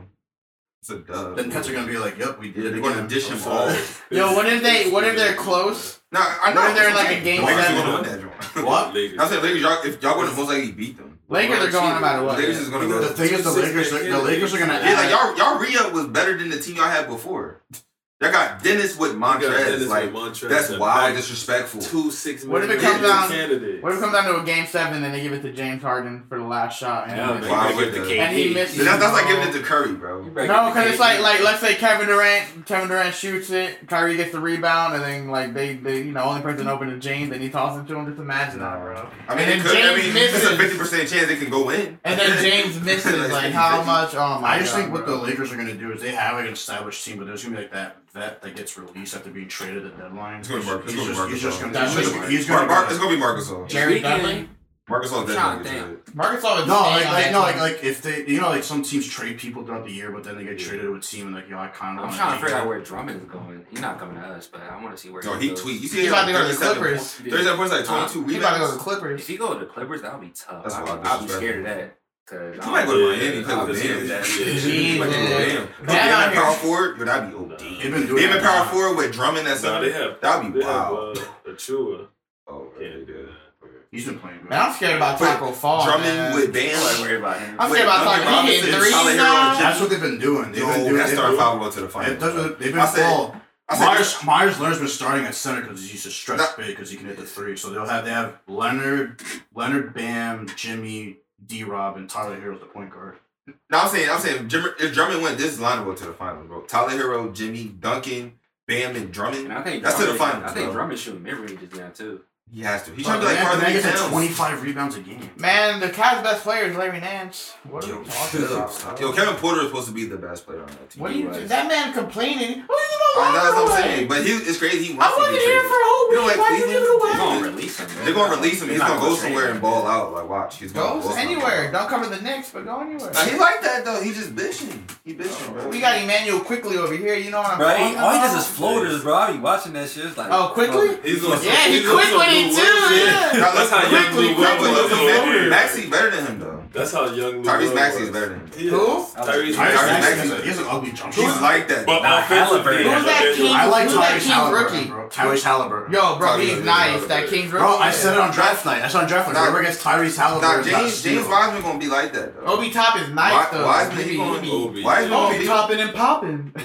It's a dub.
The Nets are gonna be like, "Yep, we did."
Yeah,
it
they're gonna
again."
dish him
So-
all.
Yo, what if they? What if they're close?
Nah, I know.
What if they're
that's what
like
I'm
a
saying.
game
The Lakers
seven?
are gonna win that joint.
What?
Lakers.
I said Lakers. Y'all, if y'all gonna most likely beat them.
Lakers are going no matter what.
Lakers is gonna go.
The thing is, the Lakers, are- the Lakers are gonna.
Yeah, like
add-
y'all, y'all re-up was better than the team y'all had before. Y'all got Dennis with Montrez. like that's wild, disrespectful.
Two six
What if it
comes
down-
Candidates.
What if it comes down to a game seven and they give it to James Harden for the last shot? And
Yeah,
he misses?
Wow,
man.
with
With the
the-
KD.
And he missed-
That- that's like giving it to Curry, bro.
No, because it's like like let's say Kevin Durant, Kevin Durant shoots it, Kyrie gets the rebound, and then like they, they you know only person open is James, and he tosses it to him. Just imagine that, bro.
I mean,
And then
it could, I
James
mean it's a
misses.
fifty percent chance it can go in.
And then James misses
That's
like
crazy.
how much? Oh my
I just
God,
think what
bro.
the Lakers are gonna do is they have like, an established team, but there's gonna be like that vet that gets released after being traded at the deadline.
It's gonna be Marc- it's
He's
gonna be
just- he's just
Marc
gonna. He's
Gasol.
just- he's
Mar-
gonna.
Mar-
go-
it's gonna be Marcus All.
Jerry
Speaking-
Dudley,
Marcus All
I'm
definitely.
trying to
gets
think.
traded.
Marcus All is
No,
staying
like,
on
like
that
no, like,
team.
like if they, you know, like some teams trade people throughout the year, but then they get traded to a team and like, yo, I kind of.
I'm trying to figure out where Drummond is going. He's not coming to us, but I want to see where.
No, he tweet. You see,
He
he's
about
like
to go to the
37 points.
Clippers.
Thirty-seven points, like
Huh?
twenty-two
Uh, He about to go to
rebounds.
the Clippers.
If he go to the Clippers, that would be tough.
That's
I,
wild.
I'll be scared of that. Cause
He
I'm-
might go to Miami and
Yeah,
play with
yeah,
Bam.
yeah.
He might play with
Jesus. Bam
Bam.
out
Bam at
here.
power forward, yo, that'd be
Nah.
OD.
They've been doing
Bam at
that.
power forward with Drummond at
Nah, they
seven.
have.
That'd be
They have
wild.
uh, Achua.
Oh,
Can't do
yeah.
that.
He's been playing. good.
Man, I'm scared about Taco Fall. Oh, man.
Drummond with
I'm like
Bam.
worried about him.
I'm
Wait,
scared about
Duncan
Taco. He
Robinson,
hitting threes
Tyler Hero,
now.
That's what they've been doing. They've been
No,
doing.
that
they've
starting
been-
five will go to the final.
It doesn't. They've
I
been
said-
full.
I said
Myers Myers Leonard's been starting at center because he's used to stretch
That-
big because he can hit the three. So they'll have they have Leonard, Leonard, Bam, Jimmy, D. Rob, and Tyler Hero at the point guard.
No, I'm saying, I'm saying, Jim- if Drummond went, this line will go to the finals, bro. Tyler Hero, Jimmy, Duncan, Bam, and
And
Drummond.
I think
That's to the
Drummond-
finals,
I think
bro.
Drummond shooting mid range is down too.
He has to. He's
But
trying to be like
the man-
part
the
of the
man gets like
twenty.
25 rebounds a game.
Man, the Cavs' best player is Larry Nance. What are
Yo,
we talking about? bro?
yo, Kevin Porter is supposed to be the best player on that team.
What do you?
Right.
That man complaining. What are
I
you
know, that's
gonna
what I'm
away?
saying. But he, it's crazy. He
I
wants to
wasn't
be
here
traded.
for a whole
You don't
week.
like
Why you give
They're
Cleveland?
it away?
gonna release him. man.
They're gonna release him. He's
not
gonna go
trade
somewhere
him.
and ball out. Like watch, he's gonna
Goes
go somewhere.
anywhere. Don't cover the Knicks, but go anywhere.
Nah, he like that though. He just bitching. He bitching, bro.
We got Emmanuel quickly over here. You know what I'm
Bro,
talking
he,
Oh,
all he
about?
does is floaters, bro. I be watching that shit. It's like,
Oh, quickly?
He's on some-
Yeah, he
he's on
quit
some
with it
Lou
too,
Will shit.
yeah.
Now,
That's
let's
how young
Quickly,
Lou
quickly,
Will was.
quickly.
Maxi better than him though.
That's how young Lou
Tyrese
Will
Maxey
was.
is better than him.
He is.
Who?
Tyrese
Tyrese
Maxey.
Maxey.
Maxey has a- He has an ugly jump
He's
shot.
like that.
But
Nah,
offensively,
Halliburton.
he has
Who's that
a visual-
king?
I like
Who's that
Tyrese
King
Halliburton,
rookie?
bro. Tyrese Halliburton.
Yo, bro,
Probably
he's
doesn't
nice.
matter,
That
but-
Kings rookie.
Bro, I said it on draft night. I said on draft night.
Nah,
Whoever gets Tyrese
Nah,
Halliburton, is not
James James
stealing.
Wiseman gonna be like that though.
Obi Top is nice
Why-
though.
why isn't he
He be-
going
he be-
Obi.
Why is
Obi
Obi
topping and popping.
Eh,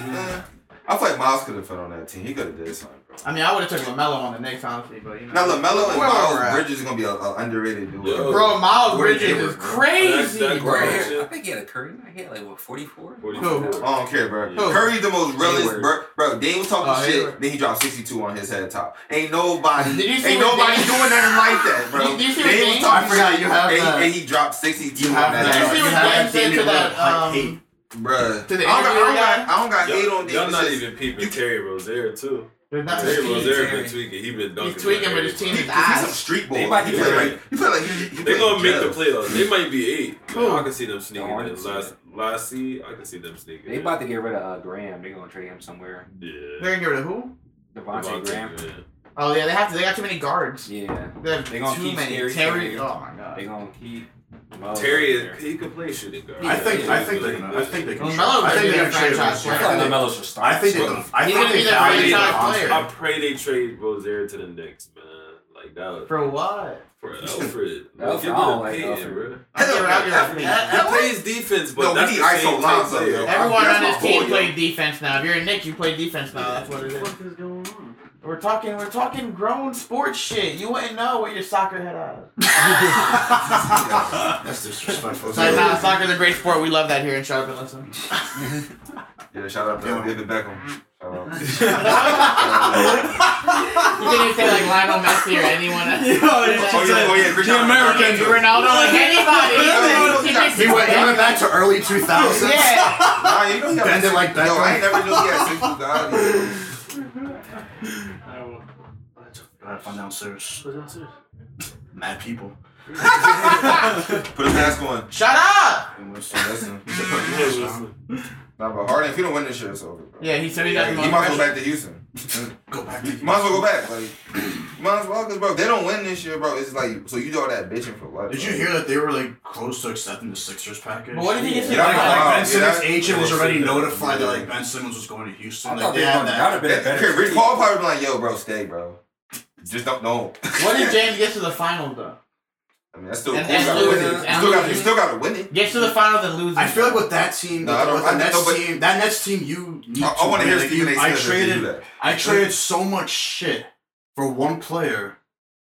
I feel like Miles could have fit on that team. He could have did something, bro.
I mean, I would have took Lamelo on the Knicks, honestly, but you know.
Now Lamelo and
Where we're
Miles
at.
Bridges is gonna be a, a underrated duo.
Yo.
Bro, Miles
Where they
Bridges
were,
is
bro.
crazy,
That's- that's
bro.
Bro,
great.
here, I think he had a career. I think he had like what 44.
Who?
I don't care, bro.
Who?
Curry the most realest,
Hayward.
bro. Bro, Dame was talking
Oh,
shit,
Hayward.
then he dropped 62 on his head top. Ain't nobody,
Did you see
ain't
what
nobody
Dame-
doing nothing like that, bro.
Did you see what
Dame was
Dame-
talking
I forgot
shit,
you have
and,
that.
He, and he dropped 62
You
on
have
that.
that.
Did you see
You
what
have
James
that
said to
Damian
that,
Lillard hot
um,
hate.
bro.
To the
I don't
interviewer
got, I don't got, I don't got hate
Y'all,
on
y'all
Dame.
not
It's just-
even peeping Terry Rozier too.
There's nothing
Terry
to see.
Rozier
Terry.
been tweaking. He been dunking.
He's tweaking,
like
but his team
He,
is
'cause he's some
ass.
street ball.
They might
He
be
play
right.
like, he play like he, he
They
play
gonna make the
jail.
playoffs. They might be eight.
Who?
I can see them sneaking
The
in.
Hornets,
Last last seed, I can see them sneaking.
They
in.
about to get rid of uh, Graham. They're gonna trade him somewhere.
Yeah.
They're gonna get rid of who?
Devontae Graham.
Oh yeah, they have to. They got too many guards.
Yeah.
They have
They gonna
too
keep
many.
Terry-
Terry. Oh my god.
They gonna keep Melo
Terry,
there.
he could play shooting guard.
I think
Yeah,
I think they're gonna I think they can.
Well, Melo's
I think
gonna be
they're
a
gonna trade
franchise
him.
I
player.
feel
I
like
think-
LaMelo should start.
I think
So,
they. I
He's
think
gonna
they
be the
value
franchise
Devontae.
player.
I pray they trade Rozier to the Knicks, man. Like that was
For what?
for Alfred.
Alfred,
give
I don't
it
like
to Peyton,
Alfred.
bro.
I give it- I give it to
He
Peyton.
He plays defense, but
No, we
that's
need
the
ISO
same type
Lonzo,
player.
yo.
Everyone
That's
on
my
this team
boy,
played defense now. If you're a Nick, you play defense now. That's what
What
it
the
is.
fuck is going on?
We're talking we're talking grown sports shit. You wouldn't know what your soccer head on.
That's disrespectful.
So it's not-
soccer's a great sport. We love that here in Shut Up and Listen.
Yeah, shout out to
Yeah.
David Beckham. Shout out.
Oh,
You can even say like Lionel Messi or anyone
Yo,
else.
oh,
Oh, yeah, oh, yeah, Cristiano
the American.
Ronaldo.
Ronaldo, like
Yeah,
anybody.
he went-
He went, he went back to early 2000s.
Yeah.
Nah, you know he got
Bend it like
Yo, I ain't
Beckham.
never knew he had sexual God.
I'm downstairs. Mad people.
Put a mask on.
Shut up!
And what's
So listen,
the-
nah, but Harden, if he don't win this shit, it's over. Bro.
Yeah, he said he got
Like,
the
he might as well go back to Houston.
Go back.
Might as well go back. Like, might as well, cause bro, if they don't win this year, bro. It's like, so you do all that bitching for what?
Did
bro?
you hear that they were like close to accepting the Sixers package?
But what if he gets
Yeah,
hit
Yeah,
like,
I'm
like
wow,
by
Ben Simmons'
yeah.
agent was already
Yeah.
notified that like Ben Simmons was going to
I
Houston.
thought
Like
they
they
were
had
gonna- that
that.
would have been a better.
Okay, Rich
team.
Paul probably be like, yo, bro, stay, bro. Just don't, don't.
What if James gets to the finals though?
I mean, that's still,
And-
you
and
gotta win it.
loses,
You
and
still gotta, you
loses.
still gotta win it.
Gets to the finals and loses.
I feel like with that team,
No, I
with,
don't- I
that
don't-
Nets
no, but-
team, that Nets team, you need
I, I want
to
to hear
win. Like, you- I
Stephen A. Smith if they
traded
do that.
I traded so much shit for one player.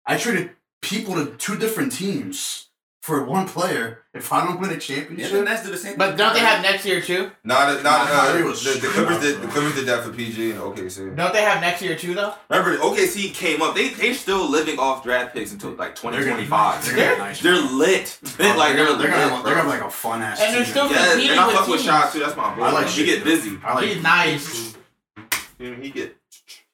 I traded people to two different teams for one player. If I don't win a
Yeah, the
championship,
Nets do the same.
But
thing.
don't they have next year too?
Nah,
Nah,
the, nah, nah,
Kyrie
the,
was
the, the
screwed
Clippers
up,
did. The
bro.
Clippers did that for PG and OKC.
Don't they have next year too though?
Remember, OKC came up. They they still living off draft picks until like
they're
twenty
gonna
twenty
be
five.
They're gonna be nice.
They're lit. They're like
they're,
they're,
gonna- they're gonna have,
lit,
they're gonna
bro.
have like a fun ass.
And they're
team.
still-
yeah,
competing
and I
with
fuck with
teams.
Shy too. That's my boy.
I like
he
shit.
get busy.
I like.
He's nice.
You know, he get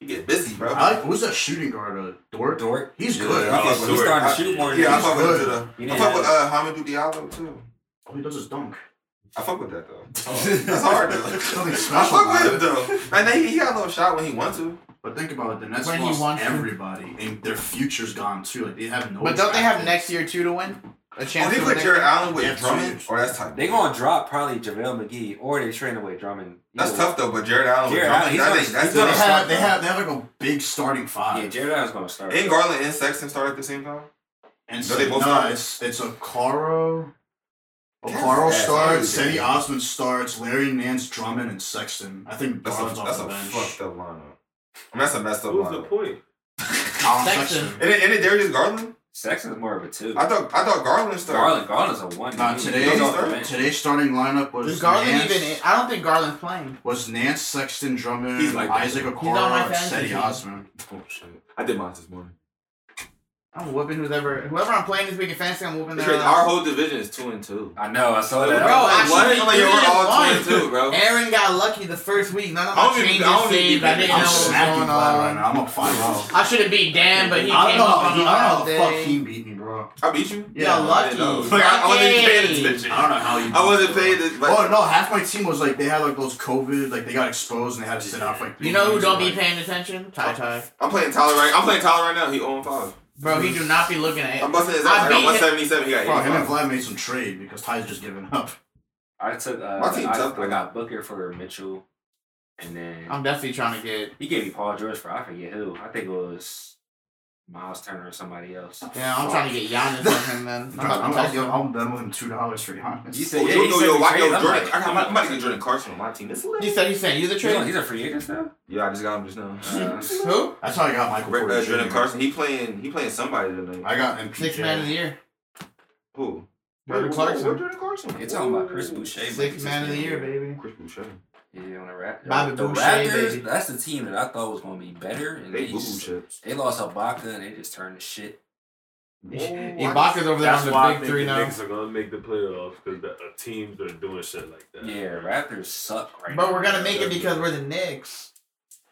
he get busy, bro.
I like. Who's that shooting guard? Uh, Dort.
Dort.
He's
Yeah,
good.
I
All
like
He's
Dort.
starting
I-
to shoot more.
yeah,
than
I fuck
he
with
should.
the.
He
I
didn't
fuck with
have-
uh, Hamidou Diallo too.
he does is dunk.
I fuck with that though. That's hard though.
Nothing
I
special
fuck
about
with
it.
him though. And then he got a little shot when he wants to.
But think about it. The Nets
When he
lost
wants to.
everybody, and their future's gone too. Like they have no.
But don't they have
draft.
next year too to win? A
Oh,
chance.
they
to
put
win next year?
Jared Allen
Yeah,
with
two
Drummond.
years.
Oh, that's tight.
They gonna drop probably JaVale McGee or they trading away Drummond.
That's
Either
tough though, but Jared Allen.
Jared
with
Allen, he's
Drummond,
gonna-
that, that's
he's gonna
They
that's
have. They have. They have like a big starting
way.
five.
Yeah, Jared Allen's gonna start.
And Garland and Sexton start at the same time.
And
No,
so,
they
no,
both started.
it's it's Okaro.
Yes,
Okaro
yes,
starts,
yes.
Teddy Osman starts, Larry Nance, Drummond, and Sexton. I think
That's a,
Garland's off
that's a
the bench.
fucked up lineup. I mean, that's a messed up
Who's the
lineup.
point?
Colin
Sexton.
Sexton.
And then, and then Darius Garland?
Sexton's more of a two.
I thought I thought Garland
Garland,
started.
Garland's a one.
Nah,
He-
today,
he's
Those
off the
are-
bench.
today's starting lineup
Is
was
Garland
Nance,
even? In? I don't think Garland's playing.
was Nance, Sexton, Drummond,
He's like that.
Isaac
on my
Okoro, and
fantasy
Teddy
team.
Osman.
Oh shit! I did mine this morning.
I'm whooping whoever whoever I'm playing this week in fantasy. I'm whooping
It's
their uh,
crazy.
ass.
Our whole division is two and two.
I know. I saw
Bro,
that.
I-
what?
actually,
Like,
three
yo, we're all two
and
and two, bro.
Aaron got lucky the first week. None of
I
my
don't even-
changes
I don't even
saved. I
beat
didn't know
I'm
Bam.
what was
smacking
going
flat right
on.
now. I'm up 5 0.
I should have beat Dan, but he
I don't
came
know,
up on
how-
the
he- I don't
last
know how the fuck he
day.
beat me, bro.
I beat you.
Yeah, lucky.
no. Like, I, I wasn't even
Lucky.
paying attention.
I don't know how you.
I wasn't paying this. Like,
oh no! Half my team was like they had like those COVID, like they got exposed and they had to sit out for like.
You know who
three
don't be
games, like-
paying attention? Ty Ty.
I'm playing Tyler right. I'm playing Tyler right now. He 0 5.
Bro, he do not be looking at
I'm
it.
busting his
I
ass. I got
beat him.
177. He got
Bro, him and
85.
Vlad made some trade because Ty's just giving up.
I took. Uh,
My team
I,
tough,
I
though.
got Booker for Mitchell, and then
I'm definitely trying to get.
he gave me Paul George for I forget who. I think it was Miles Turner or somebody else.
Yeah, I'm trying to get Giannis on him. Then I'm
I'm, I'm,
about to
about
touch
to give-
him.
I'm done with him two dollars for Giannis.
You
Oh,
said,
yo,
yeah, he
yo,
said
yo,
the
why- yo,
trade. I'm
Jordan.
like,
I got, I'm about to get Jordan Clarkson on my team. This is
You
lit.
said you said you the
He's a-
trade.
He's a free agent still.
Yeah, I just got him just now.
Uh,
Who?
That's how I got Michael Porter
Uh, Jordan
Jr.
Clarkson. He playing. He playing somebody tonight.
I got MPJ.
Six man of the year.
Who?
Jordan
Where-
Clarkson.
where Jordan Clarkson.
You're talking about Chris Boucher. but
Six
he's
man of the
just-
year, baby.
Chris Boucher.
Yeah, on the Raptors.
Bobby
the
Boucher,
Raptors.
baby.
That's the team that I thought was gonna be better, and they,
They boo boo
just,
chips.
they lost Ibaka and they just turned to shit.
Ibaka's over there
That's
on
why
the
I
big
think
three
the
now.
Knicks are gonna make the playoffs because the uh, teams are doing shit like that.
Yeah, Raptors suck right now.
But we're gonna make it because we're the Knicks.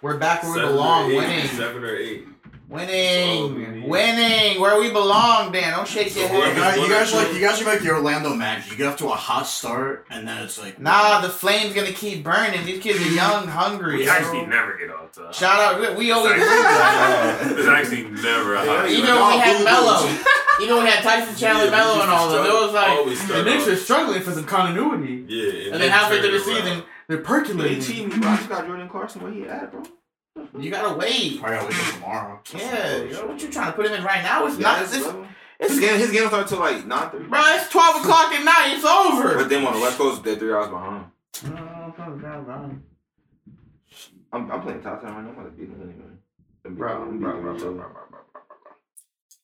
We're back where we belong,
eight,
winning.
Seven or eight.
Winning,
need.
winning, where we belong, Dan. Don't shake your
You guys,
head.
you guys like you guys are like the Orlando Magic. You get off to a hot start, and then it's like
Nah, the flame's gonna keep burning. These kids are young, hungry.
Mm-hmm. We
yo.
actually never get off to.
Shout out, we, we always
Sorry.
Yeah.
It's actually never a hot
even
start.
when we had
Google.
Mello, even when we had Tyson Chandler,
Yeah, we
Mello,
used
and
to
all of them, it
struggle.
was like
Always
the
struggle.
Knicks are struggling for some continuity,
Yeah.
and then halfway through the season, they're
They
percolating.
cheating, bro. I just got Jordan Clarkson where he at, bro.
You gotta wait.
I gotta wake up tomorrow.
Yeah, yo, what you trying to put him in right now? It's not.
Yeah,
It's,
bro. his game, his game started till like nine thirty.
bro, it's twelve o'clock at night. It's over.
But then on the West Coast, they're three hours behind. I'm, I'm playing top ten right now. I'm about to beat them anyway. I'm
Bro,
beating-
bro,
I'm
bro,
beating
bro,
them.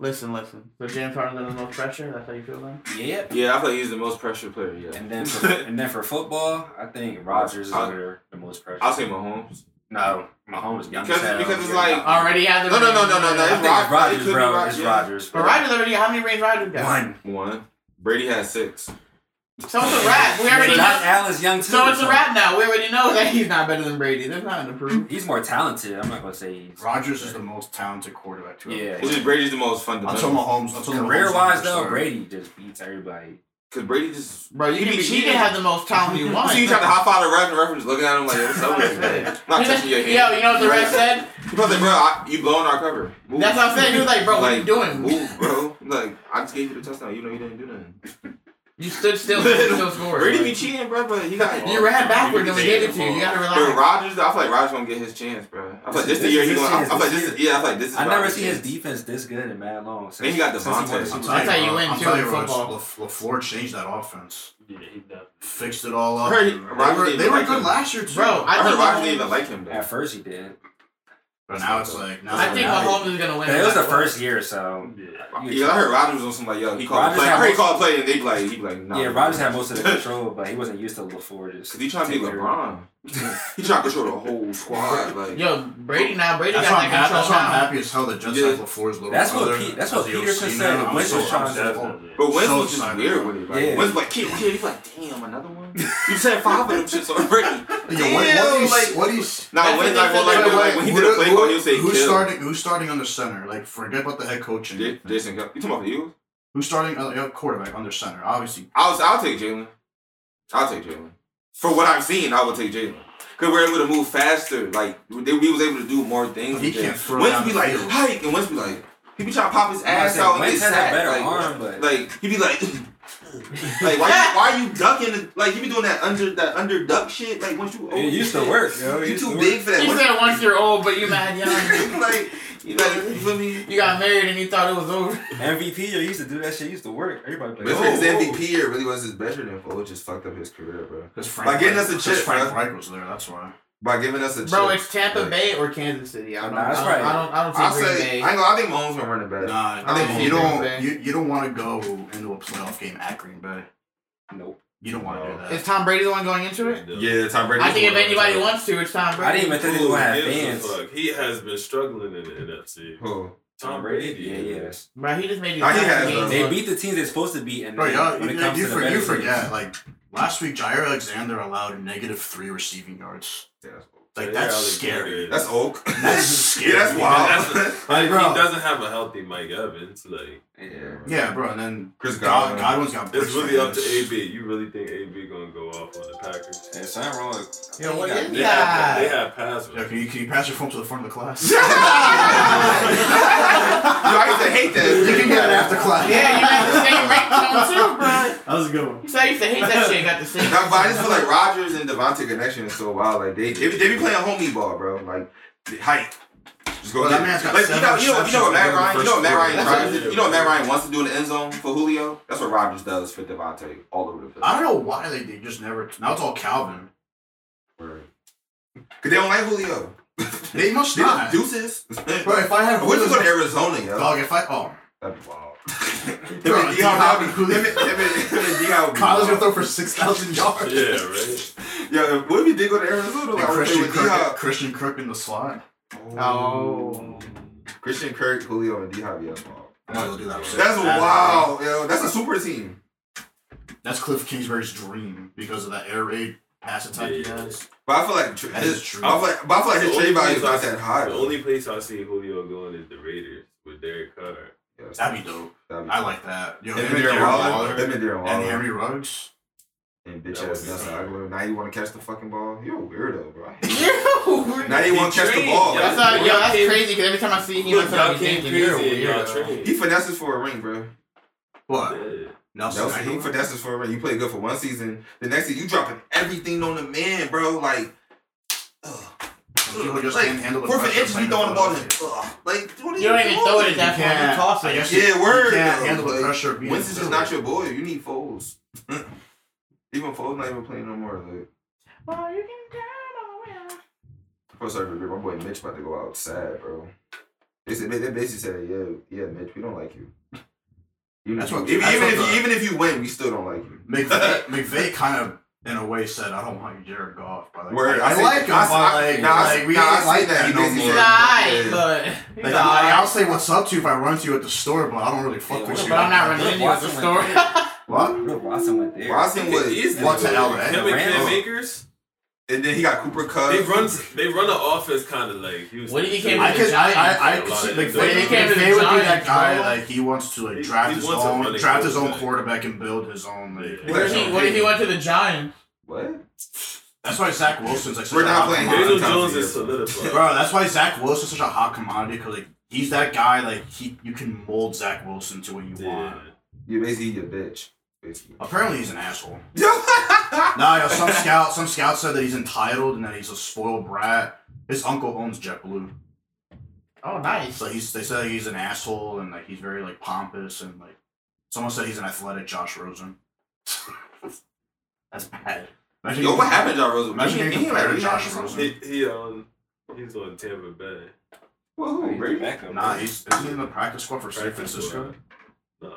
Listen, listen. So James Harden's under the most pressure. That's how you feel, then.
Yep.
Yeah, I feel like he's the most pressure player. Yeah,
And then for, and then for football, I think Rodgers is
I'll-
under the most pressure.
I'll say Mahomes.
no, Mahomes young
Because-
as hell.
because it's like-
Already had the
No, no, no, no, no, no.
I
It's
think
Rod-
it's
it
Rodgers,
could be
bro.
Rod-
It's
yeah.
Rodgers.
But Rodgers already. How many rings Rodgers got?
one.
One. Brady has six.
So it's a wrap. We
Yeah,
already
Josh
know.
Allen's young too.
So it's a wrap now. We already know that he's not better than Brady. There's nothing to prove.
He's more talented. I'm not gonna say he's
Rodgers is the most talented quarterback to ever
Yeah.
play.
Which is Brady's the most
Until
fundamental.
Mahomes, until Mahomes
career wise though.
superstar.
Brady just beats everybody.
Because Brady just.
Bro, you
He
can be
be
cheating.
cheating.
Have the most talent you want.
See, you trying to hop out of ref and ref is looking at him like, what's up with you, man? Not touching your hand.
Yo, you know what the ref said?
He was like, bro, I, you blowing our cover. Move.
That's what I'm saying. He was like, bro, what are you
Like,
doing?
Move, bro. Like, I just gave you the touchdown. You know you didn't do nothing.
You stood still, you still scored.
Brady be cheating, bro, but he got.
You ran backward and we
He
gave
be
it to you. You gotta
But
relax.
Rodgers, I feel like Rodgers gonna get his chance, bro. I feel like this
This
the
is
year he
his
gonna. I
chance,
feel like
this
this. Yeah, I feel like this. is
I never
Rodgers'
seen his
chance.
defense this good in mad long.
Then he got
since won
Devontae.
Super Bowl.
That's how you
bro.
win,
I'm
too,
telling
in
you, bro, it's-
football.
La- LaFleur changed that offense.
Yeah, he definitely.
Fixed it all up.
Bro, he-
They
Rodgers
were,
didn't
they were
like
good
him.
last year, too.
Bro,
I heard
think
Rodgers
Mahomes-
didn't even like him though.
At first he did.
But now it's like, now
I think
Nah,
Mahomes is gonna win.
But it was the
that one.
first year, so
Yeah.
you
Yeah, I heard Rodgers was on some like yo. He called a
Rodgers
play.
had
I heard he
most-
called a play and they be like, he be like, nah.
Yeah, Rodgers had most of the control, but he wasn't used to LaFleur just.
Cause he trying to be
taking care
LeBron. he trying to control the whole squad. Like,
Yo, Brady now. Brady
That's
got
why I'm,
that
hap- that's
control
why I'm
now.
happy as hell that Just
Yeah.
like LaFleur's little
That's what
brother.
Pe- that's what
as the OC
Peterson
now,
said.
I'm
Wentz
so-
was trying
I'm
to-
so-
Definitely.
but Wentz
So
was just
excited,
weird
bro.
with it. Like,
Yeah.
Wentz was like, kid, kid. He's like, damn, another one. You said five of them shits
Yeah,
already.
what, what do you,
Damn, like-
what do you,
Nah, Wentz like, well, like, like when he did a play call, he would say,
who's
kill.
starting? Who's starting on the center? Like, forget about the head coach. and
J- Jason, Kidd. you talking about the Eagles?
Who's starting uh, yeah, quarterback under center? Obviously,
I'll I'll take Jalen. I'll take Jalen. For what I've seen, I would take Jalen. Cause we're able to move faster. Like they, we was able to do more things.
He
with Jalen.
can't throw
Wentz
down
be
the
like
field.
hike, and Wentz be like he be trying to pop his
I'm
ass
saying,
out and get
Wentz has a
sacked.
better
like,
arm, but-
like he be like like why you, why you ducking? the- Like he be doing that under that under duck shit. Like once you
of. It used to
shit,
work. Yo. It
You
used
too
to
big
Work.
for that.
You said once you're old, but you mad young.
like you like you feel me?
You got married and you thought it was over.
MVP, yo, he used to do that shit. He used to work. Everybody
But
like,
his
oh, whoa.
MVP year really was his better than Foles. Just fucked up his career, bro.
because Frank
By getting us a
because
chip,
Frank
bro.
Reich was there. That's why.
By giving us a
Bro,
chip.
it's Tampa
Like-
Bay or Kansas City. I don't,
Nah, that's
I don't,
right.
I don't, I don't see
I
Green
say,
Bay.
I ain't gonna, I think Mahomes gonna run it better.
Nah,
I think
you
Green
Bay.
don't. You, you don't want to go into a playoff game at Green Bay.
Nope.
You don't want to
No.
do that.
Is Tom Brady the one going into it?
Yeah, Tom Brady.
I think if anybody wants to, it's Tom Brady.
I didn't even think they
Who
would have
gives a
fans.
fuck? He has been struggling in the NFC.
Who?
Tom Brady? Yeah, yeah. that's-
Bro, he just made these
Nah, he
last
has,
games
though.
They
look-
beat the teams they're supposed to beat, and
Bro,
then
y'all,
when
you,
it
you,
comes
you,
to
for-
the
you
better
forget.
teams-
Like last week, Jair Alexander allowed negative three receiving yards.
Yeah, that's Oak.
Like
Yeah,
that's
Alexander.
scary.
That's Oak.
That's scary.
yeah, that's wild.
That's-
Like,
Like,
bro.
he doesn't have a healthy Mike Evans. Like,
Yeah.
Yeah, bro. And then
Chris
God,
Godwin.
Godwin's got.
it's
bricks
really
for
up to
hands.
AB. You really think AB gonna go off on the Packers?
There's something wrong with.
Yo, what
he got-
is
They
that?
have, they have pass
Yeah,
rush.
can you, can you pass your phone to the front of the class?
Yo, I used to hate that.
you can get it after class.
Yeah, you had the same ringtone too, bro.
That was a good one.
So I used to hate that shit. Got the same.
Nah, but I just feel like Rodgers and Devontae connection is so wild. Like they, they, be- they be playing homie ball, bro. Like hype. Just go
Well, that
get it.
man's got
like, you
seven
know, you know, you know what Matt Ryan, you know what Matt Ryan,
receptions
tries to- you know what Matt Ryan wants to do in the end zone for Julio. That's what Rodgers does for Devontae all over the place.
I don't know why they, they just never. Now it's all Calvin.
Word. Cause they don't like Julio.
They must
They
not.
like deuces.
Bro, if I had
We're just
Julio-
going to Arizona, yo.
dog, if I oh,
That'd be wild.
Bro,
Him
D-Hop-
and D-Hop would be- him and- him and- him and D-Hop would
Kyler's
be
gonna
wild.
throw for six thousand yards.
Yeah, right.
Yo, if- what if he did go to Arizona?
And
Like, I would play
Christian
with
Kirk,
D-Hop.
Christian Kirk in the slot.
Oh.
Christian Kirk, Julio, and D-Hop, yeah, that's wild.
I'm not gonna do that.
That's wild, yo. That's a super team.
That's Cliff Kingsbury's dream because of that air raid pass attack he
Yeah.
has.
But I feel like tr-
That
his,
is true.
I feel like, but I feel like his
The
trade
only
value is
place I
not that
see-
high.
The
though.
only place I see Julio going is the Raiders with Derek Carr.
Yeah, that's-
That'd be dope.
that'd be-
I like that. Yo,
Him
him
and Darren Waller. Him
and
and Darren Waller.
Henry Ruggs.
And
That
bitch
would
ass
be
Nelson
fire.
Aguilar. Now you want to catch the fucking ball? You're a weirdo, bro. I hate you.
Ew.
now you want to catch the
Trade,
ball.
yo.
That's not, yo,
Y'all
that's
came-
crazy because every time I see him,
Look,
that's what
y'all
I'm
came
thinking. You're a
crazy and y'all
weirdo.
traded.
He finesses for a ring, bro.
What?
Yeah.
Nelson.
Nelson, he
Aguilar?
finesses for a ring. You play good for one season. The next season, you dropping everything on the man, bro. Like, ugh.
People just
Like,
can't handle the
We're for
pressure
inches,
playing
you throwing the ball in.
Philadelphia.
Ugh. Like, what are
You don't even
doing?
throw it at
You
that point. You
can't.
toss
I
it.
guess
Yeah, word.
You can't
though.
handle the
Like,
pressure of being.
Winston's
in
just
Philly.
not your boy. You need Foles. Even Foles not even playing no more. Like,
Well, you can turn around.
First off, my boy Mitch about to go outside, bro. They said they basically said, "Yeah, yeah, Mitch, we don't like you." Even
That's
if you-
what-
even,
that's
even
what
if
the-
you, even if you win, we still don't like you.
McVay, McVay kind of, in a way, said, "I don't want you, Jared Goff." But like,
Word.
I,
I see-
like him,
I see-
but like,
nah, I
like
see-
we
nah, I
ain't
see
like
that.
that
He
no
basically
more.
He's
said-
alright, but he's
Like,
alright.
I- I'll say what's up to you if I run to you at the store, but I don't really fuck
Yeah,
with
what
you.
But I'm not
Look,
running into you at the
Watson
store.
went there.
What?
Look, Watson went there.
Watson was
What's to LA?
Him and Cam
Rams.
Akers,
and then he got Cooper Cup.
they run they run the offense kind of like Houston.
What do you came
I
with
could, I, I, I
A
could
lot
see
of
McVay,
Wait, he
came to the
McVay would be that
Giants,
guy.
bro.
Like he wants to like
He-
draft
he
his
wants a
own,
running
draft his own
quarterback.
quarterback and build his own. Like,
Yeah.
What if he- what if he went to the Giants?
What?
that's why Zach Wilson's like. such
We're
a
not
hot
playing
Daniel
commodity.
Sometimes
Jones
he
is
is.
solidified.
bro. That's why Zach Wilson's such a hot commodity because like he's that guy. Like he, you can mold Zach Wilson to what you
Yeah.
want.
You basically a bitch. Basically.
Apparently, he's an asshole.
Yo,
Nah, yo, some scout, some scout said that he's entitled and that he's a spoiled brat. His uncle owns JetBlue,
Oh, nice.
so he's. They said he's an asshole and like he's very like pompous and like. Someone said he's an athletic Josh Rosen. That's bad. Imagine
what
being-
happened, John Rosen?
Imagine being
He- he ain't
compared
like
to Josh
Rosen.
Rosen.
He, he um he's on Tampa Bay.
Whoa,
He's the
Brady.
backup.
Nah, he's isn't he in the practice squad for San
Practice squad.
Francisco.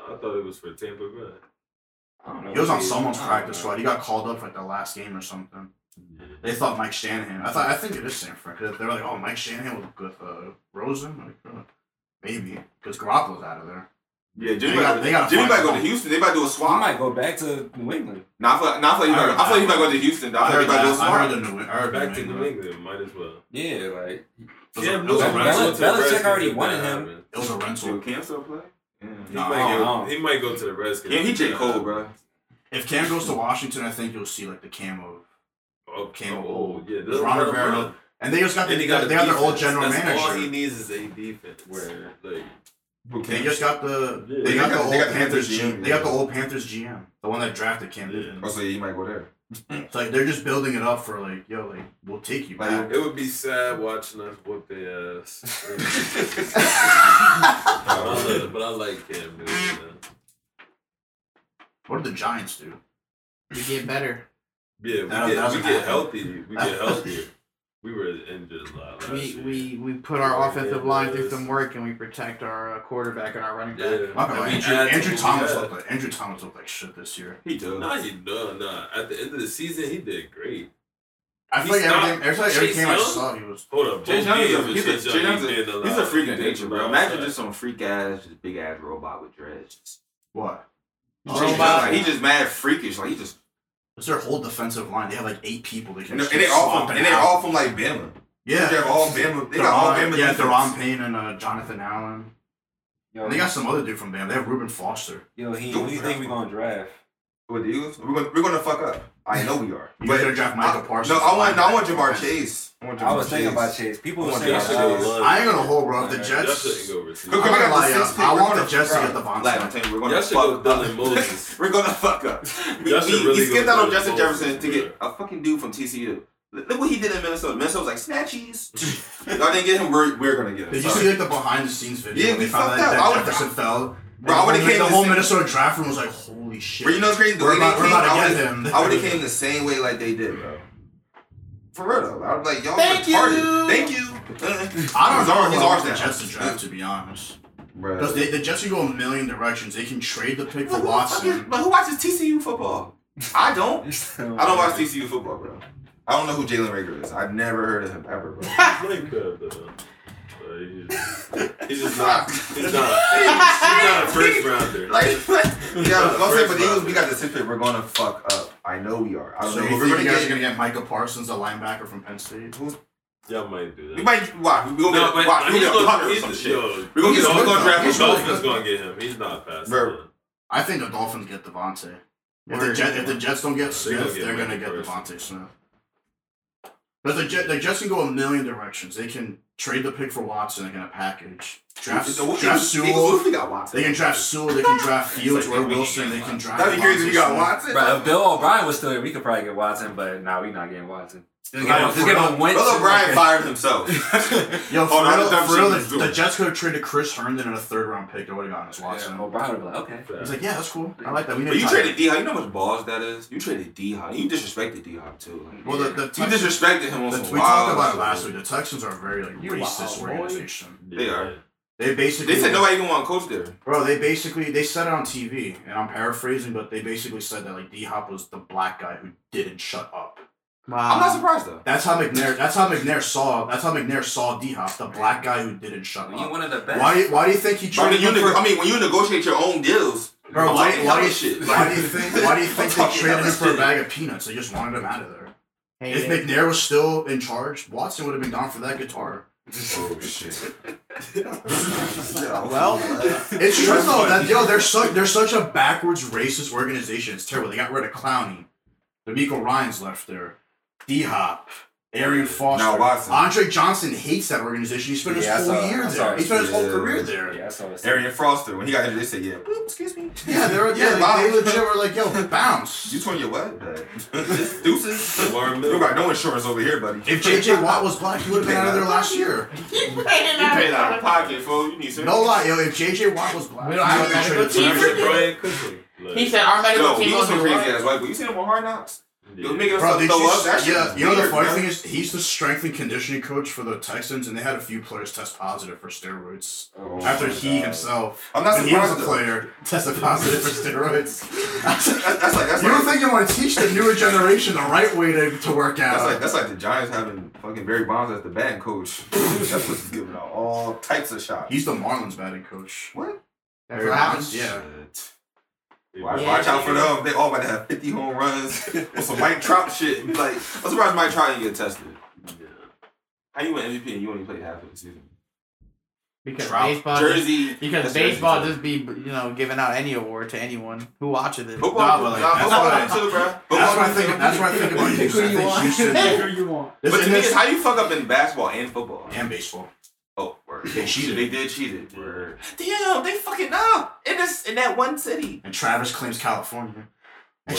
No, I thought it was for Tampa Bay.
I don't know
He was
what
on
is.
someone's
I don't
practice
know.
squad. He got called up like the last game or something. They thought Mike Shanahan. I thought I think it is San Fran. 'cause They were like, oh, Mike Shanahan was good. Uh, Rosen, like, uh, maybe because Garoppolo's out of there.
Yeah,
They
Jimmy
got-
might
they got a
Jimmy
fine
might go to
ball.
Houston. They might do a
Well, I
swap.
might go back to New England.
Nah, I feel like- nah, I feel like he
I
might-
heard
I feel like he
that.
might go to Houston. though. I
I
feel like
heard
he
that.
might do a
I heard
swap.
the New. I heard
Back to
New
New
England.
England, might as well.
Yeah, like
It was a-
Cam
it was a
Newton might go
rental.
Belichick
to the
already
Redskins
wanted
if that
him.
happened.
It was a
So
rental.
Cam still play?
He,
Nah,
Yeah.
might
I
go,
don't
he might go to the Redskins.
Yeah, he J.
if that
Cole,
happened.
bro.
If Cam goes to Washington, I think you'll see like the Cam of
Oh,
Cam
oh,
Old.
Yeah, that's
Ron
what I'm
Rivera,
saying.
and they just got the,
And he
they
got a
got their old
defense.
general
That's All he
manager.
needs is a defense.
Where?
like
Who
They
Cam?
just got the
Yeah.
they got the
They
old
got the
Panthers
Panthers
GM.
GM,
They got
yeah.
the old Panthers GM, the one that drafted Cam Newton.
Oh, so yeah, you might go there.
It's like they're just building it up for like, yo, like we'll take you
Like,
back.
it would be sad watching us whoop their ass.
Oh,
but, I
Uh,
love- but I like Cam Newton. man.
What did the Giants do?
You get better.
Yeah, we
That
get,
doesn't
we get
happen.
healthy. We get healthier. We were injured a lot. Last
We
year.
we we put our offensive line through some work and we protect our uh, quarterback and our running
yeah.
Not
back.
gonna
And
lie,
we
Andrew,
add to
Andrew
what we
Thomas
had.
looked like Andrew Thomas looked like shit this year.
he does.
Nah, he no, nah. At the end of the season, he did great.
I
He
feel like
stopped
every game, every, time- every
Chase
game I
Young?
saw he was.
Hold up,
Jay
both
Young is a,
games
he's a,
with
Jay
Jay Young,
Young's a,
he did lot.
he's a freak of
He did
nature,
a
bro.
lot.
Imagine just some freak ass, just big ass robot with dreads.
What?
Oh,
He just-
Robot.
he just- Like, he just mad freakish. Like he just
It's their whole defensive line. They have like eight people. They can
and, they-
just
and they
keep
all from
swapping
and they
out.
all from like Bama.
yeah.
They have all Bama. They got all
Deron,
Bama.
yeah,
defense.
Deron Payne and uh, Jonathan Allen.
Yo,
And they got some other dude from Bam. They have Ruben Foster.
yo, he, who do you think we gonna draft?
with the Eagles. We're gonna we're gonna fuck up. I know we are.
You better draft Michael Parsons.
No, I want no, I want
Linebacker.
Jamar Chase. I want Jamar
I was thinking about Chase. People were saying
Chase.
about
I ain't gonna hold, bro. If the
Alright,
Y'all
Jets.
shouldn't go
Who
I'm
can
receive.
not
we got
gonna lie,
the
yo.
sixth pick?
I
We're
want
gonna
the Jets to
fuck
get the
up.
Von
Like,
Stein.
I'm telling you, we're
Y'all
gonna
should go
fuck up.
Dylan Moses.
We're gonna fuck up. We,
Y'all
we,
should really
he skipped
go
out on
Dylan
Justin
Moses,
Jefferson to get a fucking dude from TCU. Look look what he did in Minnesota. Minnesota was like snatchies. Y'all didn't get him. We're, we're gonna get him.
Did you
Sorry.
see like the behind the scenes video?
Yeah,
when
we
they found
fucked
that,
up. I
that
would've-
Jefferson fell.
Bro, I
And
would've
the whole-
came
The
to
whole
see-
Minnesota draft room was like, holy shit.
But you know what's crazy? The
We're
way
about-
they
we're
came,
about to
I
get
would've-
him.
I would have came the same way like they did, bro. For real though, I was like, y'all
Thank
retarded.
you.
Thank you. Uh,
I don't
He's
know who
ours- he's
I
ours
want the
now.
Jets to draft, to be honest.
Bro.
Because the Jets can go a million directions. They can trade the pick
But
for
who fucking-
Watson.
But who watches TCU football? I don't.
Jets.
I don't watch TCU football, bro. I don't know who Jalen Rager is. I've never heard of him ever, bro.
Like that, though. Like, he's just- He's just not. He's not. He's not a first rounder.
Like, yeah,
He's not a
I'm saying,
first
but the Eagles,
rounder.
we got the sixth pick. We're gonna fuck up. I I know we are. I don't
So
know
you
who
think
we're
you
gonna
guys
get.
are gonna get Micah Parsons, the linebacker from Penn State?
Y'all might do that.
we might. Why? We gonna
No,
get.
but
why? We
he's
gonna get a
gonna,
punter or
he's,
some shit.
yo,
We gonna
he's
get a
gonna,
punter.
draft
He's
the
gonna-
Dolphins gonna get him. He's not passing.
Bro.
that.
I think the Dolphins get Devontae. If
Where-
the, Jet, if the Jets don't get
They're
Smith,
gonna get
they're gonna
Micah
get
Parsons.
Devontae Smith. But the, Jet, the Jets can go a million directions. They can trade the pick for Watson in a package. Draft,
The Eagles-
draft
Eagles- Eagles,
Sewell.
we got Watson.
They can draft Sewell. They can draft Fields
like
or
we can
Wilson.
get
They can draft.
That'd be crazy. if We got
Devontae
Watson.
Bro, if Bill O'Brien was still here, we could probably get Watson, but nah, we not getting Watson.
Smith.
Just give him, just give him Wentz
Bill
and,
O'Brien
like,
fired himself.
Yo, for
Oh, that-
real,
that
for real,
shit was
the,
dope.
the Jets could have traded Chris Herndon in a third round pick. They would have gotten us
a-
Watson.
yeah, O'Brien would be like, okay.
He's like, yeah, that's cool. I like that. We need
But you
tight
traded D Hop. You know how much balls that is. You traded D Hop. You disrespected D Hop too. Like,
end. Well, the, the
you
Texans,
disrespected him on
the-
some
we talked
wild
about it
shit.
last week. The Texans are a very like
You
racist
wild boy.
organization.
They are.
They basically
They said nobody even want to coach there.
Bro, they basically they said it on TV, and I'm paraphrasing, but they basically said that like D Hop was the black guy who didn't shut up.
I'm not surprised though.
That's how McNair. That's how McNair saw. That's how McNair saw D Hop, the black guy who didn't shut
Well, you
up.
one of the best.
Why? do you- Why do you think he
Bro, I,
traded
mean, you
him for
neg- I mean, when you negotiate your own deals,
Bro,
I'm
why,
talking
why,
hella
do-
shit.
why do you think why do you think they
I'm talking
traded him
hella
for a
shit.
bag of peanuts? They just wanted him out of there. If
Hayden.
McNair was still in charge, Watson would have been gone for that guitar.
Oh shit.
Well,
uh,
It's true though. That yo, they're such they're such a backwards racist organization. It's terrible. They got rid of Clowney. D'Amico Ryan's left there. D Hop. Arian Foster.
Now Watson.
Andre Johnson hates that organization. He spent his
Yeah, I
whole
saw-
year
I saw
there.
it.
He spent his whole
Yeah.
career there. Yeah,
Yeah, I saw this.
Arian Foster, when he got injured, they said, yeah, boop, excuse me.
they were yeah,
bye.
they, they legit were like, yo, bounce.
You torn your what? Deuces.
Lamar
You
Miller.
got no insurance over here, buddy.
If JJ Watt was black, he would have been out of there last year.
You paid out of pocket, fool. You need some.
No lie, yo, if JJ Watt was black,
We don't have
he would've
a
been traded
medical team.
Brian-
for
Brian Quickly. Like,
He said our medical
Yo,
team
he was
was
some crazy
crazy
ass white boy. You seen him on Hard Knocks?
yeah.
Yo, making us
Bro,
throw
did
up. That
you,
shit
yeah,
was
you know the
weird,
funny
bro.
thing is he's the strength and conditioning coach for the Texans, and they had a few players test positive for steroids
Oh,
after
my
he
God.
himself.
I'm not
when he was a
surprised, though.
player tested positive for steroids.
That- That's like that's
you
like
don't think you want to teach the newer generation the right way to, to work out?
That's like that's like the Giants having fucking Barry Bonds as the batting coach. That's what's giving out all types of shots.
he's the Marlins batting coach.
What?
That's what happens.
Yeah.
Shit.
Yeah.
Watch, watch out for them. They all about to have 50 home runs on some Mike Trout shit. Like, I'm surprised Mike Trout didn't get tested.
Yeah.
How you win MVP and you only played half of the season?
Because
Trout.
baseball. Just,
Jersey.
because
that's Jersey
baseball
too.
just be you know giving out any award to anyone who watches it.
Football,
Nah, but like,
nah,
that's
football
what I-
too, bro.
That's what I
Football
think.
too.
That's what I think about
Pick
Houston.
who you
I think
want.
Houston.
Pick
you want.
But to me, it's how you fuck up in basketball and football.
and baseball.
Oh, word.
They cheated.
They did cheated.
Word.
Damn, they fucking up in this in that one city.
And Travis claims California.
Word.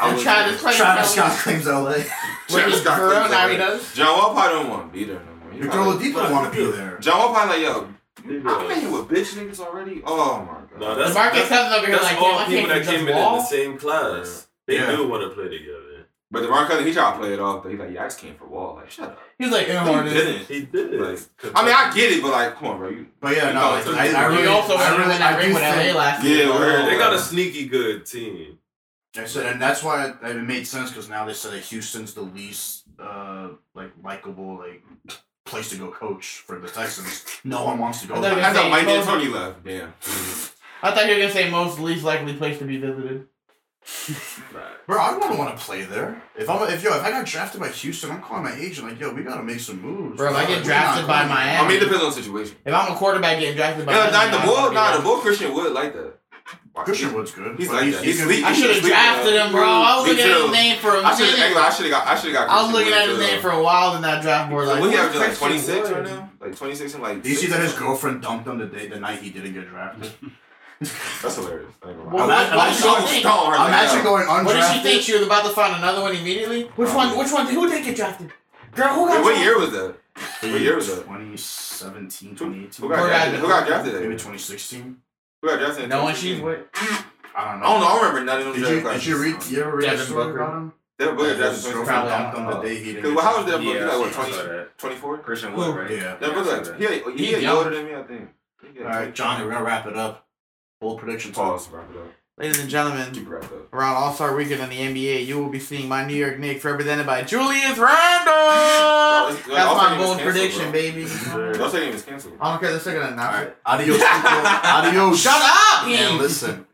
I
And
was-
Travis Scott.
Travis Scott claims LA.
Wait,
Travis Scott
for real? Now
claims that
he
way.
does.
John Wall probably don't want to be there no more. He
Your girl
probably-
Adipo want to be there.
John Wall probably like, yo,
They
I've been here
go-
with bitch niggas already. Oh my god.
No,
The
that's-
Marcus comes over here
That's
like,
all
damn, I
people that
can't
came in in
just
the
wall.
same class. They
Yeah.
do want to play together.
but DeMar Cousin, he tried to play it off, but he's like, yeah, I just came for Wall. Like, shut up.
He's like, "Oh,
No,
"Ew,
you
dude."
didn't.
He did.
Like, I mean, I get it, but like, come on, bro. You,
But yeah, no,
No,
I,
it's
I,
okay.
I
We
really,
we also
I
won
really,
that
I
ring
do
with LA
think,
last
Yeah,
year.
we're-
they got a sneaky good team.
I said, and that's why it, it made sense because now they said that Houston's the least uh like likable like place to go coach for the Texans. No one wants to go.
I thought
there.
I thought Mike
Hey,
D'Antoni left. Damn.
I thought you were gonna say most least likely place to be visited.
Bro, I wouldn't want to play there. If I'm if yo if I got drafted by Houston, I'm calling my agent like yo we gotta make some moves.
Bro, if I get
We're
drafted
not
by
going-
Miami-
I mean, it depends on the situation.
If I'm a quarterback getting drafted by,
Yeah,
Miami,
nah,
I
the
wanna
bull,
be
nah,
there.
the bull Christian would like that. Watch,
Christian
he-
Wood's good.
He's
but
like that. He's
gonna-
leak-
I should have drafted him, bro. I was
Me
looking at his
too.
name for a
I should have.
minute.
I should have got. I should have got.
I was
Christian
looking at
Wood,
his
uh,
name for a while in that draft board. Like,
What he
who's
averaging like
Christian
26
Wood?
right now? Like 26 and like.
Do you see
6?
that his girlfriend dumped him the day the night he didn't get drafted?
That's hilarious. I ain't gonna lie.
I'm
Well, what, what did
actually-
Stone-
she think?
Stone hurt
I'm
like
actually
that.
going undrafted.
What did she think? She was about to find another one immediately. Which one? Which one? Who did get drafted? Girl, who got
Oh, Wait, what
drafted?
year was that? What year was that?
2017,
Who
2018.
got drafted? Who got drafted?
Maybe
that year?
2016.
Who got drafted? in
No one
2016?
she's with.
I don't know.
I don't know. I remember none of them.
Did you,
draft
did
classes.
you read? You ever read
Devin
the story
Booker.
about him?
They were both
His
drafted in
girlfriend
2016.
dumped him the day he didn't.
Cause
get
well, how was that
drafted.
book? He
Yeah,
like what
I saw
20,
that.
24?
Christian Wood, right?
Yeah.
That book like he had- he
He's
had
young.
older than me, I think. He
All
had
right, Johnny, we're gonna wrap it up. Bold prediction time.
Pause. Wrap it up.
Ladies and
Keep
gentlemen,
it wrapped up.
around All Star Weekend in the NBA, you will be seeing my New York Knicks represented by Julius Randle. Uh, That's
it's-
my
All-Star
bold
game is
prediction,
canceled,
baby.
Y'all saying it was canceled.
I don't care. They're still gonna
All
announce
right,
it.
adios, people. adios.
Shut up!
And listen.